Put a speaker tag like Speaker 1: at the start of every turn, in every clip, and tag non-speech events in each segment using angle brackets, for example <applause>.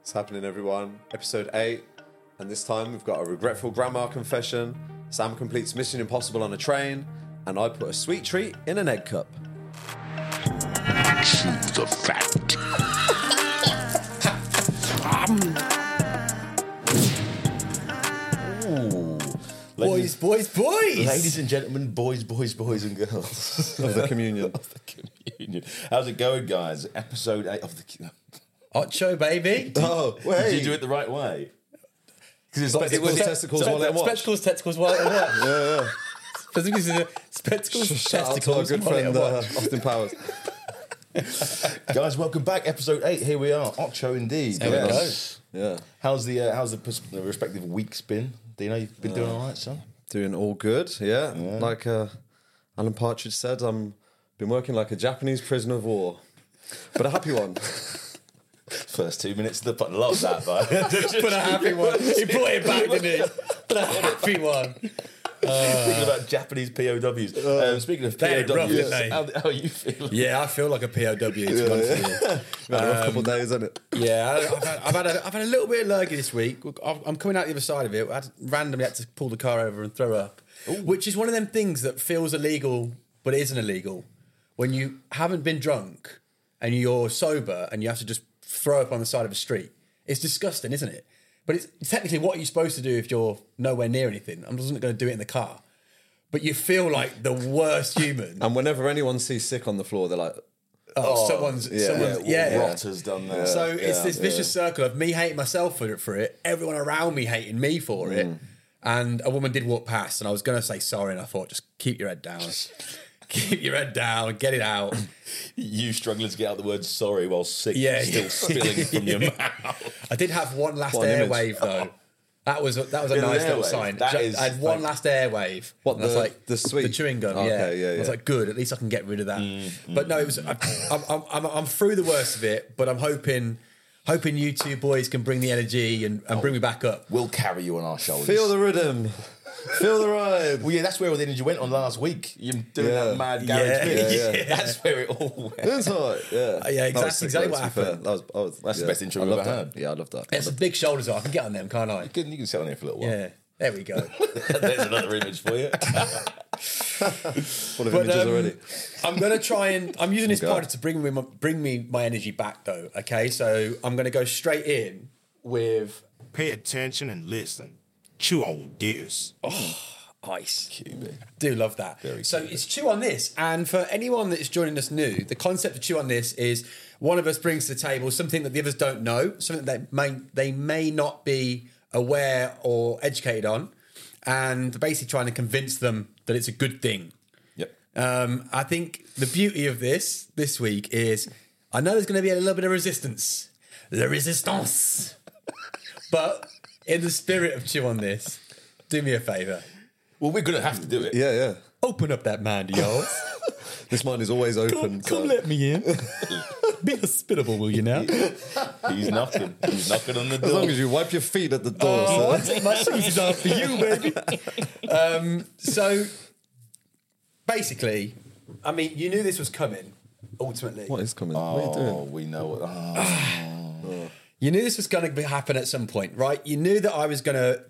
Speaker 1: It's happening, everyone. Episode 8. And this time we've got a regretful grandma confession. Sam completes Mission Impossible on a train. And I put a sweet treat in an egg cup.
Speaker 2: Choose the fact.
Speaker 3: Boys, boys, boys!
Speaker 2: Ladies and gentlemen, boys, boys, boys, and girls
Speaker 1: Of the communion.
Speaker 2: <laughs> of the communion. How's it going, guys? Episode 8 of the.
Speaker 1: <laughs>
Speaker 3: Ocho, baby!
Speaker 1: oh,
Speaker 2: <laughs> Did you do it the right way? Because
Speaker 1: Like it was testicles while they watch.
Speaker 3: Spectacles, testicles,
Speaker 1: <laughs>
Speaker 3: wallet, and watch. Spectacles, uh, spectacles,
Speaker 1: Shout out to our
Speaker 3: testicles,
Speaker 1: good
Speaker 3: wallet,
Speaker 1: friend
Speaker 3: and watch. <laughs>
Speaker 1: uh, Austin Powers.
Speaker 2: Guys, welcome back. Episode 8. Here we are. Ocho indeed.
Speaker 3: There we
Speaker 1: <laughs> Yeah.
Speaker 2: How's the uh, how's the, pers- the respective weeks been? Do you know you've been doing all right, son?
Speaker 1: Doing all good, yeah. Like uh, Alan Partridge said, I'm been working like a Japanese prisoner of war, but a happy <laughs> one.
Speaker 2: First two minutes of the pod. Love that, bud. <laughs>
Speaker 3: But a happy one. He brought it back, didn't he? But a happy one.
Speaker 2: Speaking about Japanese POWs. um, speaking of
Speaker 3: They had it rough,
Speaker 2: POWs,
Speaker 3: didn't they?
Speaker 2: how, how are you feeling?
Speaker 3: Yeah, I feel like a POW, to be honest with you.
Speaker 1: Been a rough couple of days, isn't it?
Speaker 3: Yeah, I- I've had, I've, had a, I've had a little bit of lurgy this week. Look, I've- I'm coming out the other side of it. I had, randomly had to pull the car over and throw up, which is one of them things that feels illegal but isn't illegal. When you haven't been drunk and you're sober and you have to just throw up on the side of a street, it's disgusting, isn't it? But it's technically what you're supposed to do if you're nowhere near anything. I'm just not going to do it in the car. But you feel like the worst human.
Speaker 1: And whenever anyone sees sick on the floor, they're like,
Speaker 3: Oh, someone's,
Speaker 1: yeah,
Speaker 3: someone's,
Speaker 2: yeah,
Speaker 3: yeah.
Speaker 2: what Rot has done that.
Speaker 3: So it's
Speaker 2: Yeah.
Speaker 3: this vicious circle of me hating myself for it, for it, everyone around me hating me for it.
Speaker 1: Mm.
Speaker 3: And a woman did walk past, and I was going to say sorry, and I thought, just keep your
Speaker 1: <laughs>
Speaker 3: head down, keep your head down, get it out.
Speaker 2: you struggling to get out the word sorry while sick
Speaker 3: Yeah,
Speaker 2: still
Speaker 1: <laughs>
Speaker 3: yeah.
Speaker 2: spilling from your mouth.
Speaker 3: I did have one last
Speaker 1: What an
Speaker 3: airwave though. That was that was a
Speaker 2: Yeah, the
Speaker 3: nice little
Speaker 2: airwave.
Speaker 3: sign.
Speaker 2: That
Speaker 3: Ju-
Speaker 2: is-
Speaker 3: I had one
Speaker 2: like-
Speaker 3: last airwave.
Speaker 1: What,
Speaker 3: And I was
Speaker 1: the- the sweet-
Speaker 3: the chewing gum?
Speaker 1: Okay,
Speaker 3: yeah,
Speaker 1: yeah,
Speaker 3: I was
Speaker 1: yeah. Mm,
Speaker 3: like, good. At least I can get rid of that. but no, it was. I, I'm, I'm, I'm, I'm through the worst of it, but I'm hoping hoping you two boys can bring the energy and,
Speaker 1: Oh.
Speaker 3: and bring me back up.
Speaker 2: We'll carry you on our shoulders.
Speaker 1: feel the <laughs> rhythm, feel the ride.
Speaker 2: well, yeah, that's where all the energy went on last week. You doing
Speaker 1: Yeah.
Speaker 2: that mad garage
Speaker 3: Yeah.
Speaker 2: mix.
Speaker 3: Yeah, yeah.
Speaker 2: That's where it all went.
Speaker 1: That's all
Speaker 3: <laughs>
Speaker 1: right. Yeah,
Speaker 3: Uh, yeah,
Speaker 1: That was
Speaker 3: exactly-
Speaker 1: sick, though,
Speaker 3: exactly what
Speaker 1: to be fair.
Speaker 3: happened.
Speaker 1: That was, I was
Speaker 2: That's the
Speaker 1: yeah,
Speaker 2: best intro
Speaker 1: I
Speaker 2: we've
Speaker 1: loved
Speaker 2: ever
Speaker 1: that.
Speaker 2: had.
Speaker 1: Yeah, I love that.
Speaker 3: It's the big shoulders off. I can get on them, can't I?
Speaker 2: You can, you can sit on here for a little while.
Speaker 3: Yeah. There we go.
Speaker 2: <laughs> There's another image for
Speaker 1: <laughs>
Speaker 2: you.
Speaker 1: Full of
Speaker 3: But,
Speaker 1: images
Speaker 3: um,
Speaker 1: already.
Speaker 3: I'm gonna try and I'm using this
Speaker 1: Okay.
Speaker 3: powder to bring me my, bring me my energy back though. Okay, so I'm gonna go straight in with
Speaker 4: Pay attention and listen. Chew on this.
Speaker 1: Oh,
Speaker 3: ice. Do love that. so it's chew on this. And for anyone that's joining us new, the concept of chew on this is one of us brings to the table something that the others don't know, something that they may they may not be aware or educated on, and basically trying to convince them that it's a good thing.
Speaker 1: Yep.
Speaker 3: Um, I think the beauty of this this week is I know there's going to be a little bit of resistance, the resistance. but in the spirit of chew on this, do me a favor,
Speaker 2: well, we're going to have to do it.
Speaker 1: Yeah, yeah.
Speaker 3: open up that mind, y'all. <laughs>
Speaker 1: This mind is always open. so-
Speaker 3: me in. <laughs> be hospitable, will you <laughs> now?
Speaker 2: He's knocking. He's knocking on the
Speaker 1: as
Speaker 2: door.
Speaker 1: long as you wipe your feet at the door. sir.
Speaker 3: Oh, I take my shoes off for you, <laughs> baby. Um, so basically, I mean, you knew this was coming. Ultimately,
Speaker 1: What is coming? What are you
Speaker 2: oh,
Speaker 1: doing?
Speaker 2: we know what. Oh,
Speaker 3: You knew this was going to happen at some point, right? You knew that I was going to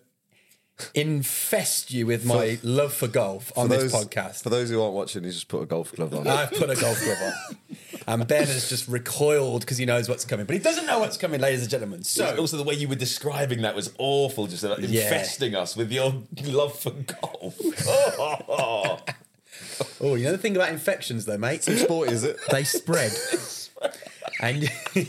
Speaker 3: infest you with my love for golf on this podcast. Uh,
Speaker 1: For those who aren't watching, he's just put a golf glove on.
Speaker 3: I've put a golf glove on. And Ben has just recoiled because he knows what's coming, but he doesn't know what's coming, ladies and gentlemen. So,
Speaker 2: also, the way you were describing that was awful. Just like
Speaker 3: Yeah.
Speaker 2: infesting us with your love
Speaker 1: <laughs>
Speaker 2: for golf. Oh.
Speaker 3: oh, you know the thing about infections, though, mate?
Speaker 1: Sport is it?
Speaker 3: They spread. and <laughs> and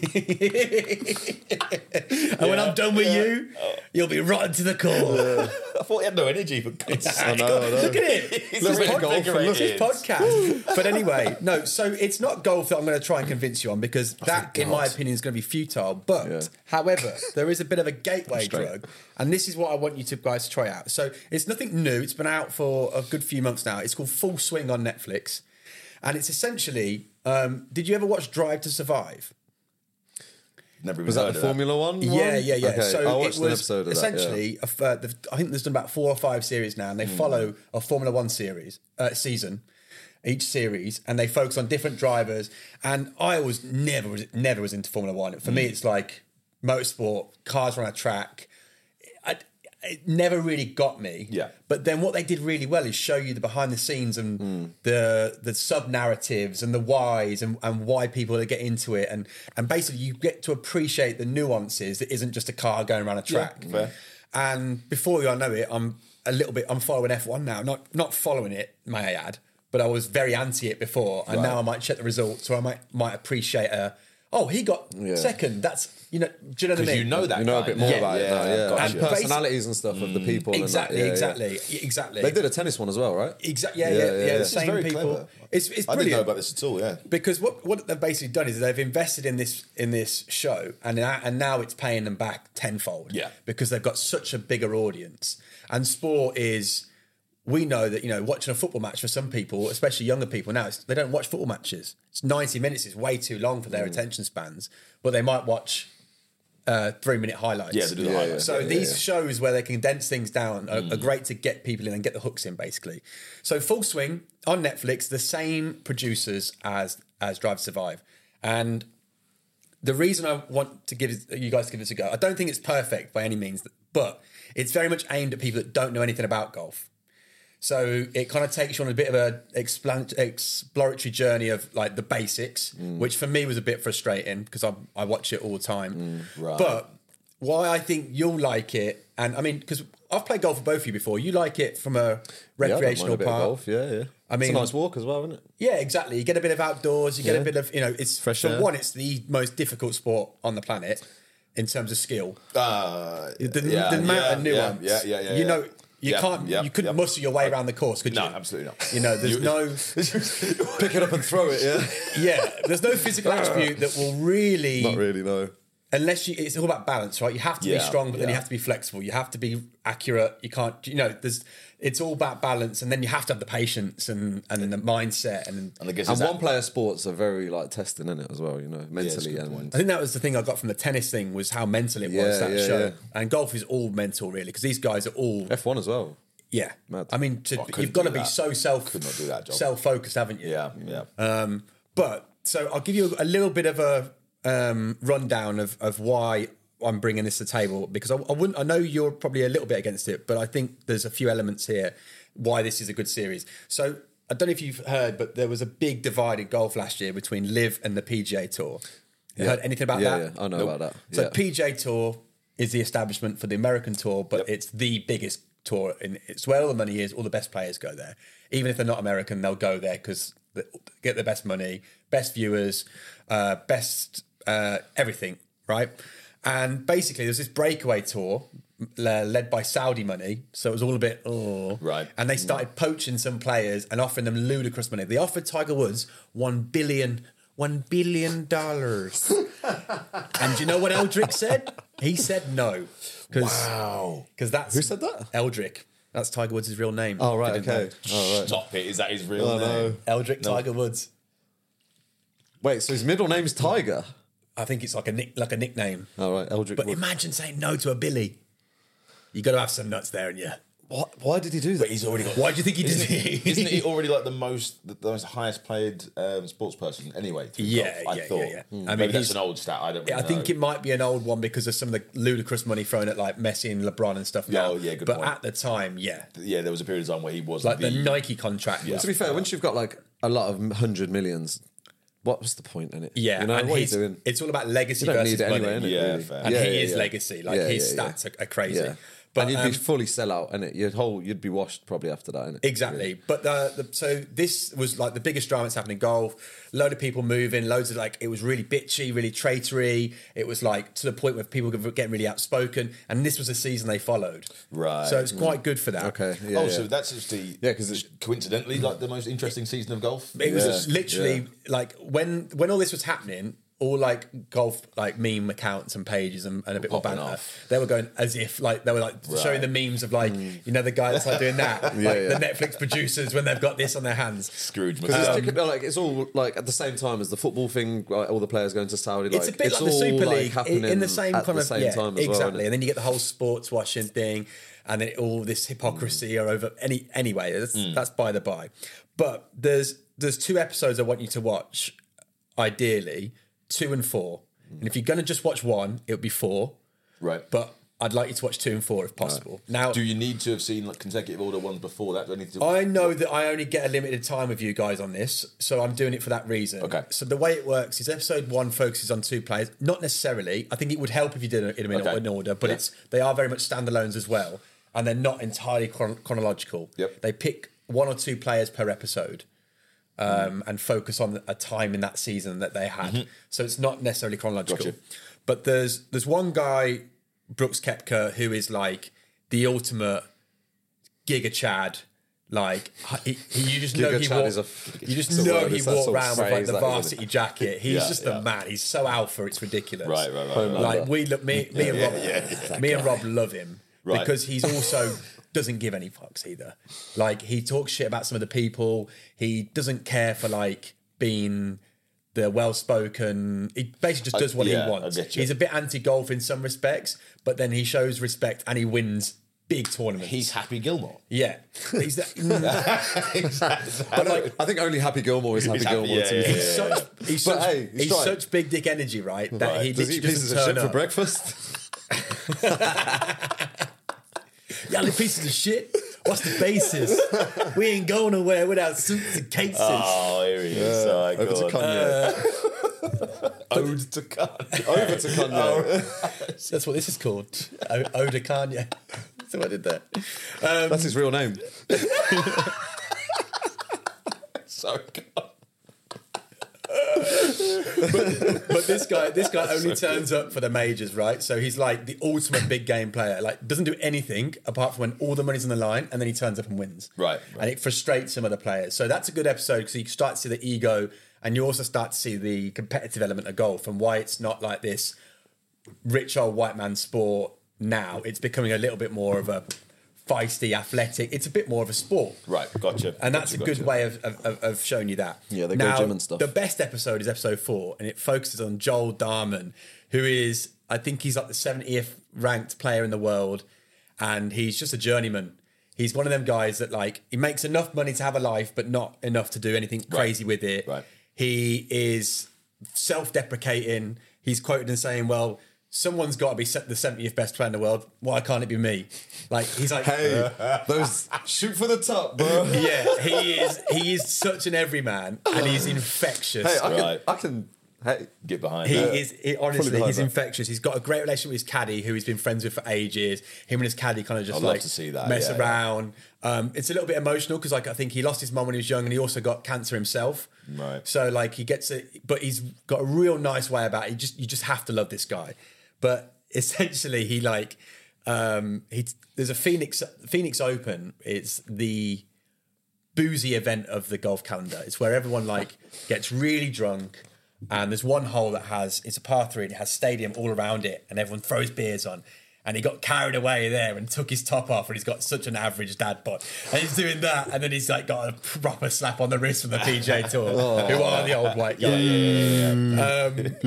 Speaker 3: when I'm done with you, you'll be rotten to the core.
Speaker 2: I thought he had no energy for God's
Speaker 1: I
Speaker 2: sake.
Speaker 1: know. I
Speaker 2: <laughs>
Speaker 1: know.
Speaker 3: Look at it.
Speaker 2: He's
Speaker 1: Look at golf and look-
Speaker 2: reinvigorated.
Speaker 3: podcast. but anyway, no, so it's not golf that I'm going to try and convince you on because that, in my opinion, is going to be futile. But
Speaker 1: Yeah. <laughs>
Speaker 3: however, there is a bit of a gateway
Speaker 1: Straight.
Speaker 3: drug, and this is what I want you to guys to try out. So it's nothing new, it's been out for a good few months now. It's called Full Swing on Netflix, and it's essentially um, did you ever watch Drive to Survive?
Speaker 2: Never even
Speaker 1: Was
Speaker 2: heard
Speaker 1: that
Speaker 2: of
Speaker 1: the Formula One?
Speaker 3: Yeah,
Speaker 1: one?
Speaker 3: yeah, yeah.
Speaker 1: Okay,
Speaker 3: so
Speaker 1: I watched
Speaker 3: it was
Speaker 1: an episode of that. yeah. Hmm.
Speaker 3: essentially. a f- uh, they've- I think there's done about four or five series now, and they follow a Formula One series uh, season each series, and they
Speaker 1: Hmm.
Speaker 3: focus on different drivers. And I was never was never was into Formula One. For me, it's like motorsport, cars on a track. I, it never really got me.
Speaker 1: Yeah.
Speaker 3: But then what they did really well is show you the behind the scenes and
Speaker 1: Hmm.
Speaker 3: the the sub narratives and the whys and, and why people are get into it and and basically you get to appreciate the nuances that isn't just a car going around a track.
Speaker 1: fair.
Speaker 3: And before I know it, I'm a little bit. I'm following F1 now. Not not following it, may I add, but I was very anti it before, and now I might check the results, or I might might appreciate a. Oh, he got second. That's you know. Do you know what I mean?
Speaker 2: you know that.
Speaker 1: You know a
Speaker 2: guy
Speaker 1: bit
Speaker 2: now.
Speaker 1: more about it now, yeah.
Speaker 2: gotcha.
Speaker 1: And
Speaker 3: And basi-
Speaker 1: personalities and stuff of the people. and that,
Speaker 3: Exactly,
Speaker 1: yeah, yeah.
Speaker 3: exactly, exactly.
Speaker 1: They did a tennis one as well, right?
Speaker 3: Exactly. Yeah,
Speaker 1: Yeah,
Speaker 3: yeah,
Speaker 1: yeah,
Speaker 3: yeah.
Speaker 1: yeah.
Speaker 3: The
Speaker 1: This is
Speaker 3: same
Speaker 5: very
Speaker 3: people.
Speaker 5: clever. I
Speaker 3: It's it's brilliant
Speaker 5: didn't know about this at all. Yeah.
Speaker 3: because what what they've basically done is they've invested in this in this show and now, and now it's paying them back tenfold.
Speaker 2: Yeah.
Speaker 3: because they've got such a bigger audience and sport is. We know that you know watching a football match for some people, especially younger people now, it's, they don't watch football matches. It's ninety minutes; is way too long for their
Speaker 1: Mm.
Speaker 3: attention spans. But they might watch uh, three minute highlights.
Speaker 2: Yeah, they do the highlights. Mm.
Speaker 3: So
Speaker 1: yeah,
Speaker 3: these
Speaker 1: yeah.
Speaker 3: shows where they condense things down are, are great to get people in and get the hooks in, basically. So Full Swing on Netflix, the same producers as as Drive to Survive, and the reason I want to give you guys to give this a go, I don't think it's perfect by any means, but it's very much aimed at people that don't know anything about golf. So it kind of takes you on a bit of a explan- exploratory journey of like the basics, which for me was a bit frustrating because I, I watch it all the time. But why I think you'll like it, and I mean, because I've played golf with both of you before, you like it from
Speaker 1: Yeah, I don't
Speaker 3: a
Speaker 1: mind a
Speaker 3: recreational
Speaker 1: bit of
Speaker 3: part.
Speaker 1: golf, Yeah, yeah.
Speaker 3: I
Speaker 1: it's a
Speaker 3: mean-
Speaker 1: nice walk as well, isn't it?
Speaker 3: Yeah, exactly. You get a bit of outdoors. You get
Speaker 1: Yeah.
Speaker 3: a bit of you know. It's
Speaker 1: Fresh
Speaker 3: for
Speaker 1: air.
Speaker 3: one. It's the most difficult sport on the planet in terms of skill.
Speaker 5: Uh,
Speaker 3: The,
Speaker 5: yeah,
Speaker 3: the amount of
Speaker 5: yeah,
Speaker 3: nuance.
Speaker 5: Yeah, yeah, yeah.
Speaker 3: You
Speaker 5: yeah.
Speaker 3: know, you
Speaker 5: Yeah,
Speaker 3: can't.
Speaker 5: yeah,
Speaker 3: you couldn't
Speaker 5: yeah.
Speaker 3: muscle your way around the course, could
Speaker 5: No,
Speaker 3: you?
Speaker 5: absolutely not.
Speaker 3: You know, there's no.
Speaker 1: Pick it up and throw it,
Speaker 3: <laughs>
Speaker 1: yeah.
Speaker 3: Yeah, there's no physical attribute that will really,
Speaker 1: Not really, no.
Speaker 3: unless you. It's all about balance, right? You have to be
Speaker 5: Yeah,
Speaker 3: strong, but then you
Speaker 5: yeah.
Speaker 3: have to be flexible. You have to be accurate. You can't. You know, there's. It's all about balance, and then you have to have the patience and and the mindset and
Speaker 5: And I guess
Speaker 1: And
Speaker 5: it's
Speaker 1: one
Speaker 5: that,
Speaker 1: player sports are very like testing in it as well, you know, mentally
Speaker 5: good
Speaker 1: and
Speaker 5: point.
Speaker 3: I think that was the thing I got from the tennis thing was how mental it
Speaker 1: Yeah,
Speaker 3: was that
Speaker 1: yeah,
Speaker 3: show.
Speaker 1: yeah.
Speaker 3: And golf is all mental really because these guys are
Speaker 5: <laughs>
Speaker 3: all
Speaker 1: F1 as well.
Speaker 3: yeah.
Speaker 1: Mad.
Speaker 3: I mean, to,
Speaker 5: Oh, I couldn't
Speaker 3: you've got to
Speaker 5: do
Speaker 3: be
Speaker 5: that.
Speaker 3: so self
Speaker 5: Could not do that job.
Speaker 3: self focused, haven't you?
Speaker 5: yeah, yeah.
Speaker 3: Uh, But so I'll give you a little bit of a um, rundown of of why I'm bringing this to the table because I, I wouldn't. I know you're probably a little bit against it, but I think there's a few elements here why this is a good series. So. I don't know if you've heard, but there was a big divide in golf last year between Live and the PGA Tour. You heard anything about
Speaker 1: Yeah,
Speaker 3: that?
Speaker 1: yeah, I know about that.
Speaker 3: So
Speaker 1: yeah.
Speaker 3: PJ Tour is the establishment for the American Tour, but it's the biggest tour, and it's where all the money is. All the best players go there, even if they're not American, they'll go there because they get the best money, best viewers, uh, best uh, everything, right? And basically, there's this breakaway tour uh, led by Saudi money, so it was all a bit oh
Speaker 5: Right.
Speaker 3: and they started poaching some players and offering them ludicrous money. They offered Tiger Woods one billion. One billion dollars. and do you know what Eldrick said? He said no. Cause, wow. Because that's who
Speaker 1: said that?
Speaker 3: Eldrick. That's Tiger Woods' real name.
Speaker 1: oh, right,
Speaker 3: Didn't know.
Speaker 1: okay. Oh, right.
Speaker 5: Stop it. Is that his real
Speaker 1: Oh,
Speaker 5: name?
Speaker 3: <laughs> Eldrick Tiger Woods.
Speaker 1: Wait, so his middle name's Tiger?
Speaker 3: I think it's like a nick, like a nickname.
Speaker 1: All right, Eldrick.
Speaker 3: But
Speaker 1: Wood.
Speaker 3: imagine saying no to a Billy. You got to have some nuts there, and yeah.
Speaker 1: Why, why did he do that?
Speaker 5: He's already got.
Speaker 3: Why do you think he did
Speaker 5: Isn't
Speaker 3: it?
Speaker 5: he, isn't
Speaker 3: <laughs>
Speaker 5: he already like the most, the, the most highest played um, sports person anyway? through
Speaker 3: Yeah,
Speaker 5: golf, I
Speaker 3: yeah, yeah,
Speaker 5: thought.
Speaker 3: yeah.
Speaker 5: Hmm.
Speaker 3: I mean,
Speaker 5: Maybe that's
Speaker 3: he's-
Speaker 5: an old stat. I don't.
Speaker 3: Yeah, I
Speaker 5: really
Speaker 3: think
Speaker 5: know.
Speaker 3: it might be an old one because of some of the ludicrous money thrown at like Messi and LeBron and stuff.
Speaker 5: Yeah,
Speaker 3: Now.
Speaker 5: oh, yeah, good
Speaker 3: But
Speaker 5: point.
Speaker 3: at the time, yeah,
Speaker 5: yeah, there was a period of time where he was
Speaker 3: like the,
Speaker 5: the
Speaker 3: Nike contract.
Speaker 5: Yeah.
Speaker 3: Was,
Speaker 1: to be fair, once you've got like a lot of hundred millions, what's the point in it?
Speaker 3: yeah,
Speaker 1: you know
Speaker 3: and
Speaker 1: what are you
Speaker 3: he's-
Speaker 1: doing?
Speaker 3: It's all about legacy
Speaker 1: You don't
Speaker 3: versus
Speaker 1: need it anyway,
Speaker 3: money,
Speaker 1: innit,
Speaker 5: Yeah,
Speaker 1: really?
Speaker 5: fair.
Speaker 3: and
Speaker 1: Yeah,
Speaker 3: he
Speaker 1: yeah,
Speaker 3: is
Speaker 1: yeah.
Speaker 3: legacy. Like
Speaker 1: Yeah,
Speaker 3: his
Speaker 1: yeah, yeah.
Speaker 3: stats Are, are crazy.
Speaker 1: Yeah.
Speaker 3: But
Speaker 1: and you'd
Speaker 3: um,
Speaker 1: be fully sell out, innit? You'd whole, you'd be washed probably after that, innit?
Speaker 3: Exactly. But uh, the, the, so this was like the biggest drama that's happened in golf. Load of people moving, loads of like, it was really bitchy, really traitory. It was like to the point where people were getting really outspoken. And this was the season they followed.
Speaker 5: Right.
Speaker 3: So it's quite good for that.
Speaker 1: Okay. Yeah,
Speaker 5: oh,
Speaker 1: yeah.
Speaker 5: so that's actually
Speaker 1: Yeah, 'cause it's-
Speaker 5: coincidentally like the most interesting season of golf.
Speaker 3: It was
Speaker 1: Yeah.
Speaker 3: just literally
Speaker 1: Yeah.
Speaker 3: like when when all this was happening, all like golf like meme accounts and pages and, and a bit more
Speaker 5: Popping
Speaker 3: banter.
Speaker 5: off.
Speaker 3: They were going as if like they were like showing the memes of like you know the guy that's like doing that, like
Speaker 1: Hmm. <laughs> yeah.
Speaker 3: the Netflix producers when they've got this on their hands.
Speaker 5: Scrooge.
Speaker 1: Because
Speaker 5: McDuck. Uh,
Speaker 3: Um,
Speaker 1: it's, ticket- like, it's all like at the same time as the football thing, like, all the players going to Saudi. Like,
Speaker 3: It's a bit like the
Speaker 1: all,
Speaker 3: Super League i-
Speaker 1: happening
Speaker 3: in the same
Speaker 1: at
Speaker 3: kind
Speaker 1: the
Speaker 3: of
Speaker 1: same
Speaker 3: yeah,
Speaker 1: time as well.
Speaker 3: exactly.
Speaker 1: innit?
Speaker 3: and then you get the whole sports washing thing, and then all this hypocrisy or over any anyway. That's,
Speaker 1: Mm.
Speaker 3: that's by the by. But there's there's two episodes I want you to watch, ideally two and four. And if you're going to just watch one, it would be four.
Speaker 2: Right.
Speaker 3: But I'd like you to watch two and four if possible. Now,
Speaker 2: do you need to have seen like consecutive order ones before that? Do I need to?
Speaker 3: I know that I only get a limited time with you guys on this, so I'm doing it for that reason.
Speaker 2: Okay.
Speaker 3: So the way it works is episode one focuses on two players, not necessarily. I think it would help if you did it in,
Speaker 2: Okay.
Speaker 3: in order, but
Speaker 2: Yeah.
Speaker 3: it's they are very much standalones as well, and they're not entirely chron- chronological.
Speaker 2: Yep.
Speaker 3: They pick one or two players per episode. Um, and focus on a time in that season that they had. So it's not necessarily chronological.
Speaker 2: Mm-hmm. Gotcha.
Speaker 3: But there's there's one guy, Brooks Kepka, who is like the ultimate Giga Chad. Like he, he, you just
Speaker 1: <laughs>
Speaker 3: know
Speaker 1: Giga
Speaker 3: he
Speaker 1: Chad
Speaker 3: walked,
Speaker 1: is a-
Speaker 3: you
Speaker 1: it's
Speaker 3: just
Speaker 1: a
Speaker 3: know
Speaker 1: word,
Speaker 3: he
Speaker 1: it's that
Speaker 3: walked
Speaker 1: sort of
Speaker 3: around with like
Speaker 1: phrase
Speaker 3: the
Speaker 1: that, isn't it?
Speaker 3: varsity jacket. He's
Speaker 2: Yeah,
Speaker 3: just
Speaker 2: yeah.
Speaker 3: the man. He's so alpha, it's ridiculous.
Speaker 2: Right, right, right, right, right.
Speaker 3: Like we look, me, me and Rob, me and Rob love him
Speaker 2: Right.
Speaker 3: because he's also doesn't give any fucks either. Like he talks shit about some of the people. He doesn't care for like being the well spoken. He basically just does what
Speaker 2: yeah, I
Speaker 3: he wants.
Speaker 2: get you.
Speaker 3: He's a bit anti golf in some respects, but then he shows respect and he wins big tournaments.
Speaker 2: He's Happy
Speaker 3: <laughs>
Speaker 2: Gilmore.
Speaker 3: yeah,
Speaker 1: <laughs>
Speaker 3: he's that.
Speaker 1: I, know- I think only Happy Gilmore is Happy
Speaker 2: happy,
Speaker 1: Gilmore.
Speaker 2: yeah,
Speaker 1: to me.
Speaker 2: yeah,
Speaker 3: He's such, he's
Speaker 1: But
Speaker 3: such,
Speaker 1: hey, he's
Speaker 3: he's
Speaker 1: trying.
Speaker 3: such big dick energy, right? That he
Speaker 1: Does he eat
Speaker 3: literally
Speaker 1: pieces
Speaker 3: doesn't
Speaker 1: of
Speaker 3: turn
Speaker 1: shit for
Speaker 3: up.
Speaker 1: breakfast?
Speaker 3: Y'all are pieces of shit. What's the basis? we ain't going nowhere without suits and cases.
Speaker 1: Ah.
Speaker 2: Oh, here he is. oh,
Speaker 1: Over to
Speaker 2: God.
Speaker 1: Kanye.
Speaker 3: Uh,
Speaker 1: <laughs>
Speaker 2: Ode to Kanye.
Speaker 1: Over to
Speaker 3: Oh,
Speaker 1: Kanye.
Speaker 3: That's what this is called. O- Oda Kanye. <laughs> So I did that. Um,
Speaker 1: That's his real
Speaker 3: <laughs>
Speaker 1: name. <laughs>
Speaker 2: Sorry, God.
Speaker 3: but this guy, this
Speaker 2: <laughs>
Speaker 3: guy only turns up for the majors, right? So he's like the ultimate big game player. Like doesn't do anything apart from when all the money's on the line, and then he turns up and wins.
Speaker 2: Right, right.
Speaker 3: And it frustrates some other players. So that's a good episode because you start to see the ego, and you also start to see the competitive element of golf and why it's not like this rich old white man sport now. It's becoming a little bit more of a feisty, athletic. It's a bit more of a sport.
Speaker 2: Right, gotcha.
Speaker 3: And that's
Speaker 2: Gotcha,
Speaker 3: a good
Speaker 2: gotcha.
Speaker 3: way of, of, of- of showing you that.
Speaker 1: Yeah, they go
Speaker 3: now,
Speaker 1: gym and stuff.
Speaker 3: The best episode is episode four, and it focuses on Joel Darman, who is, I think he's like the 70th ranked player in the world, and he's just a journeyman. He's one of them guys that, like, he makes enough money to have a life, but not enough to do anything crazy with it.
Speaker 2: Right.
Speaker 3: He is self deprecating. He's quoted as saying, Well, someone's got to be se- the 70th best player in the world. Why can't it be me? Like, he's like,
Speaker 1: Hey, those shoot for the top, bro. Hey,
Speaker 3: yeah, he is. He is such an everyman, and he's infectious.
Speaker 1: I can.
Speaker 2: Right.
Speaker 1: I can. Hey,
Speaker 2: Get behind
Speaker 3: he
Speaker 2: that. <laughs>
Speaker 3: is he, honestly,
Speaker 1: behind
Speaker 3: he's
Speaker 1: that.
Speaker 3: infectious. He's got a great relationship with his caddy, who he's been friends with for ages. Him and his caddy kind of just
Speaker 2: I'd love
Speaker 3: like
Speaker 2: to see that,
Speaker 3: mess
Speaker 2: yeah, yeah.
Speaker 3: around. Um, it's a little bit emotional because, like, I think he lost his mum when he was young, and he also got cancer himself.
Speaker 2: Right.
Speaker 3: So, like, he gets it, but he's got a real nice way about it. You just you just have to love this guy. But <laughs> essentially, he like um, he there's a Phoenix Phoenix Open. It's the boozy event of the golf calendar. It's where everyone like gets really drunk, and there's one hole that has it's a par three and it has stadium all around it, and everyone throws beers on. And he got carried away there and took his top off, and he's got such an average dad bod. And he's doing that, and then he's like got a proper slap on the wrist from the PJ Tour, who are the old white guys. Um, but,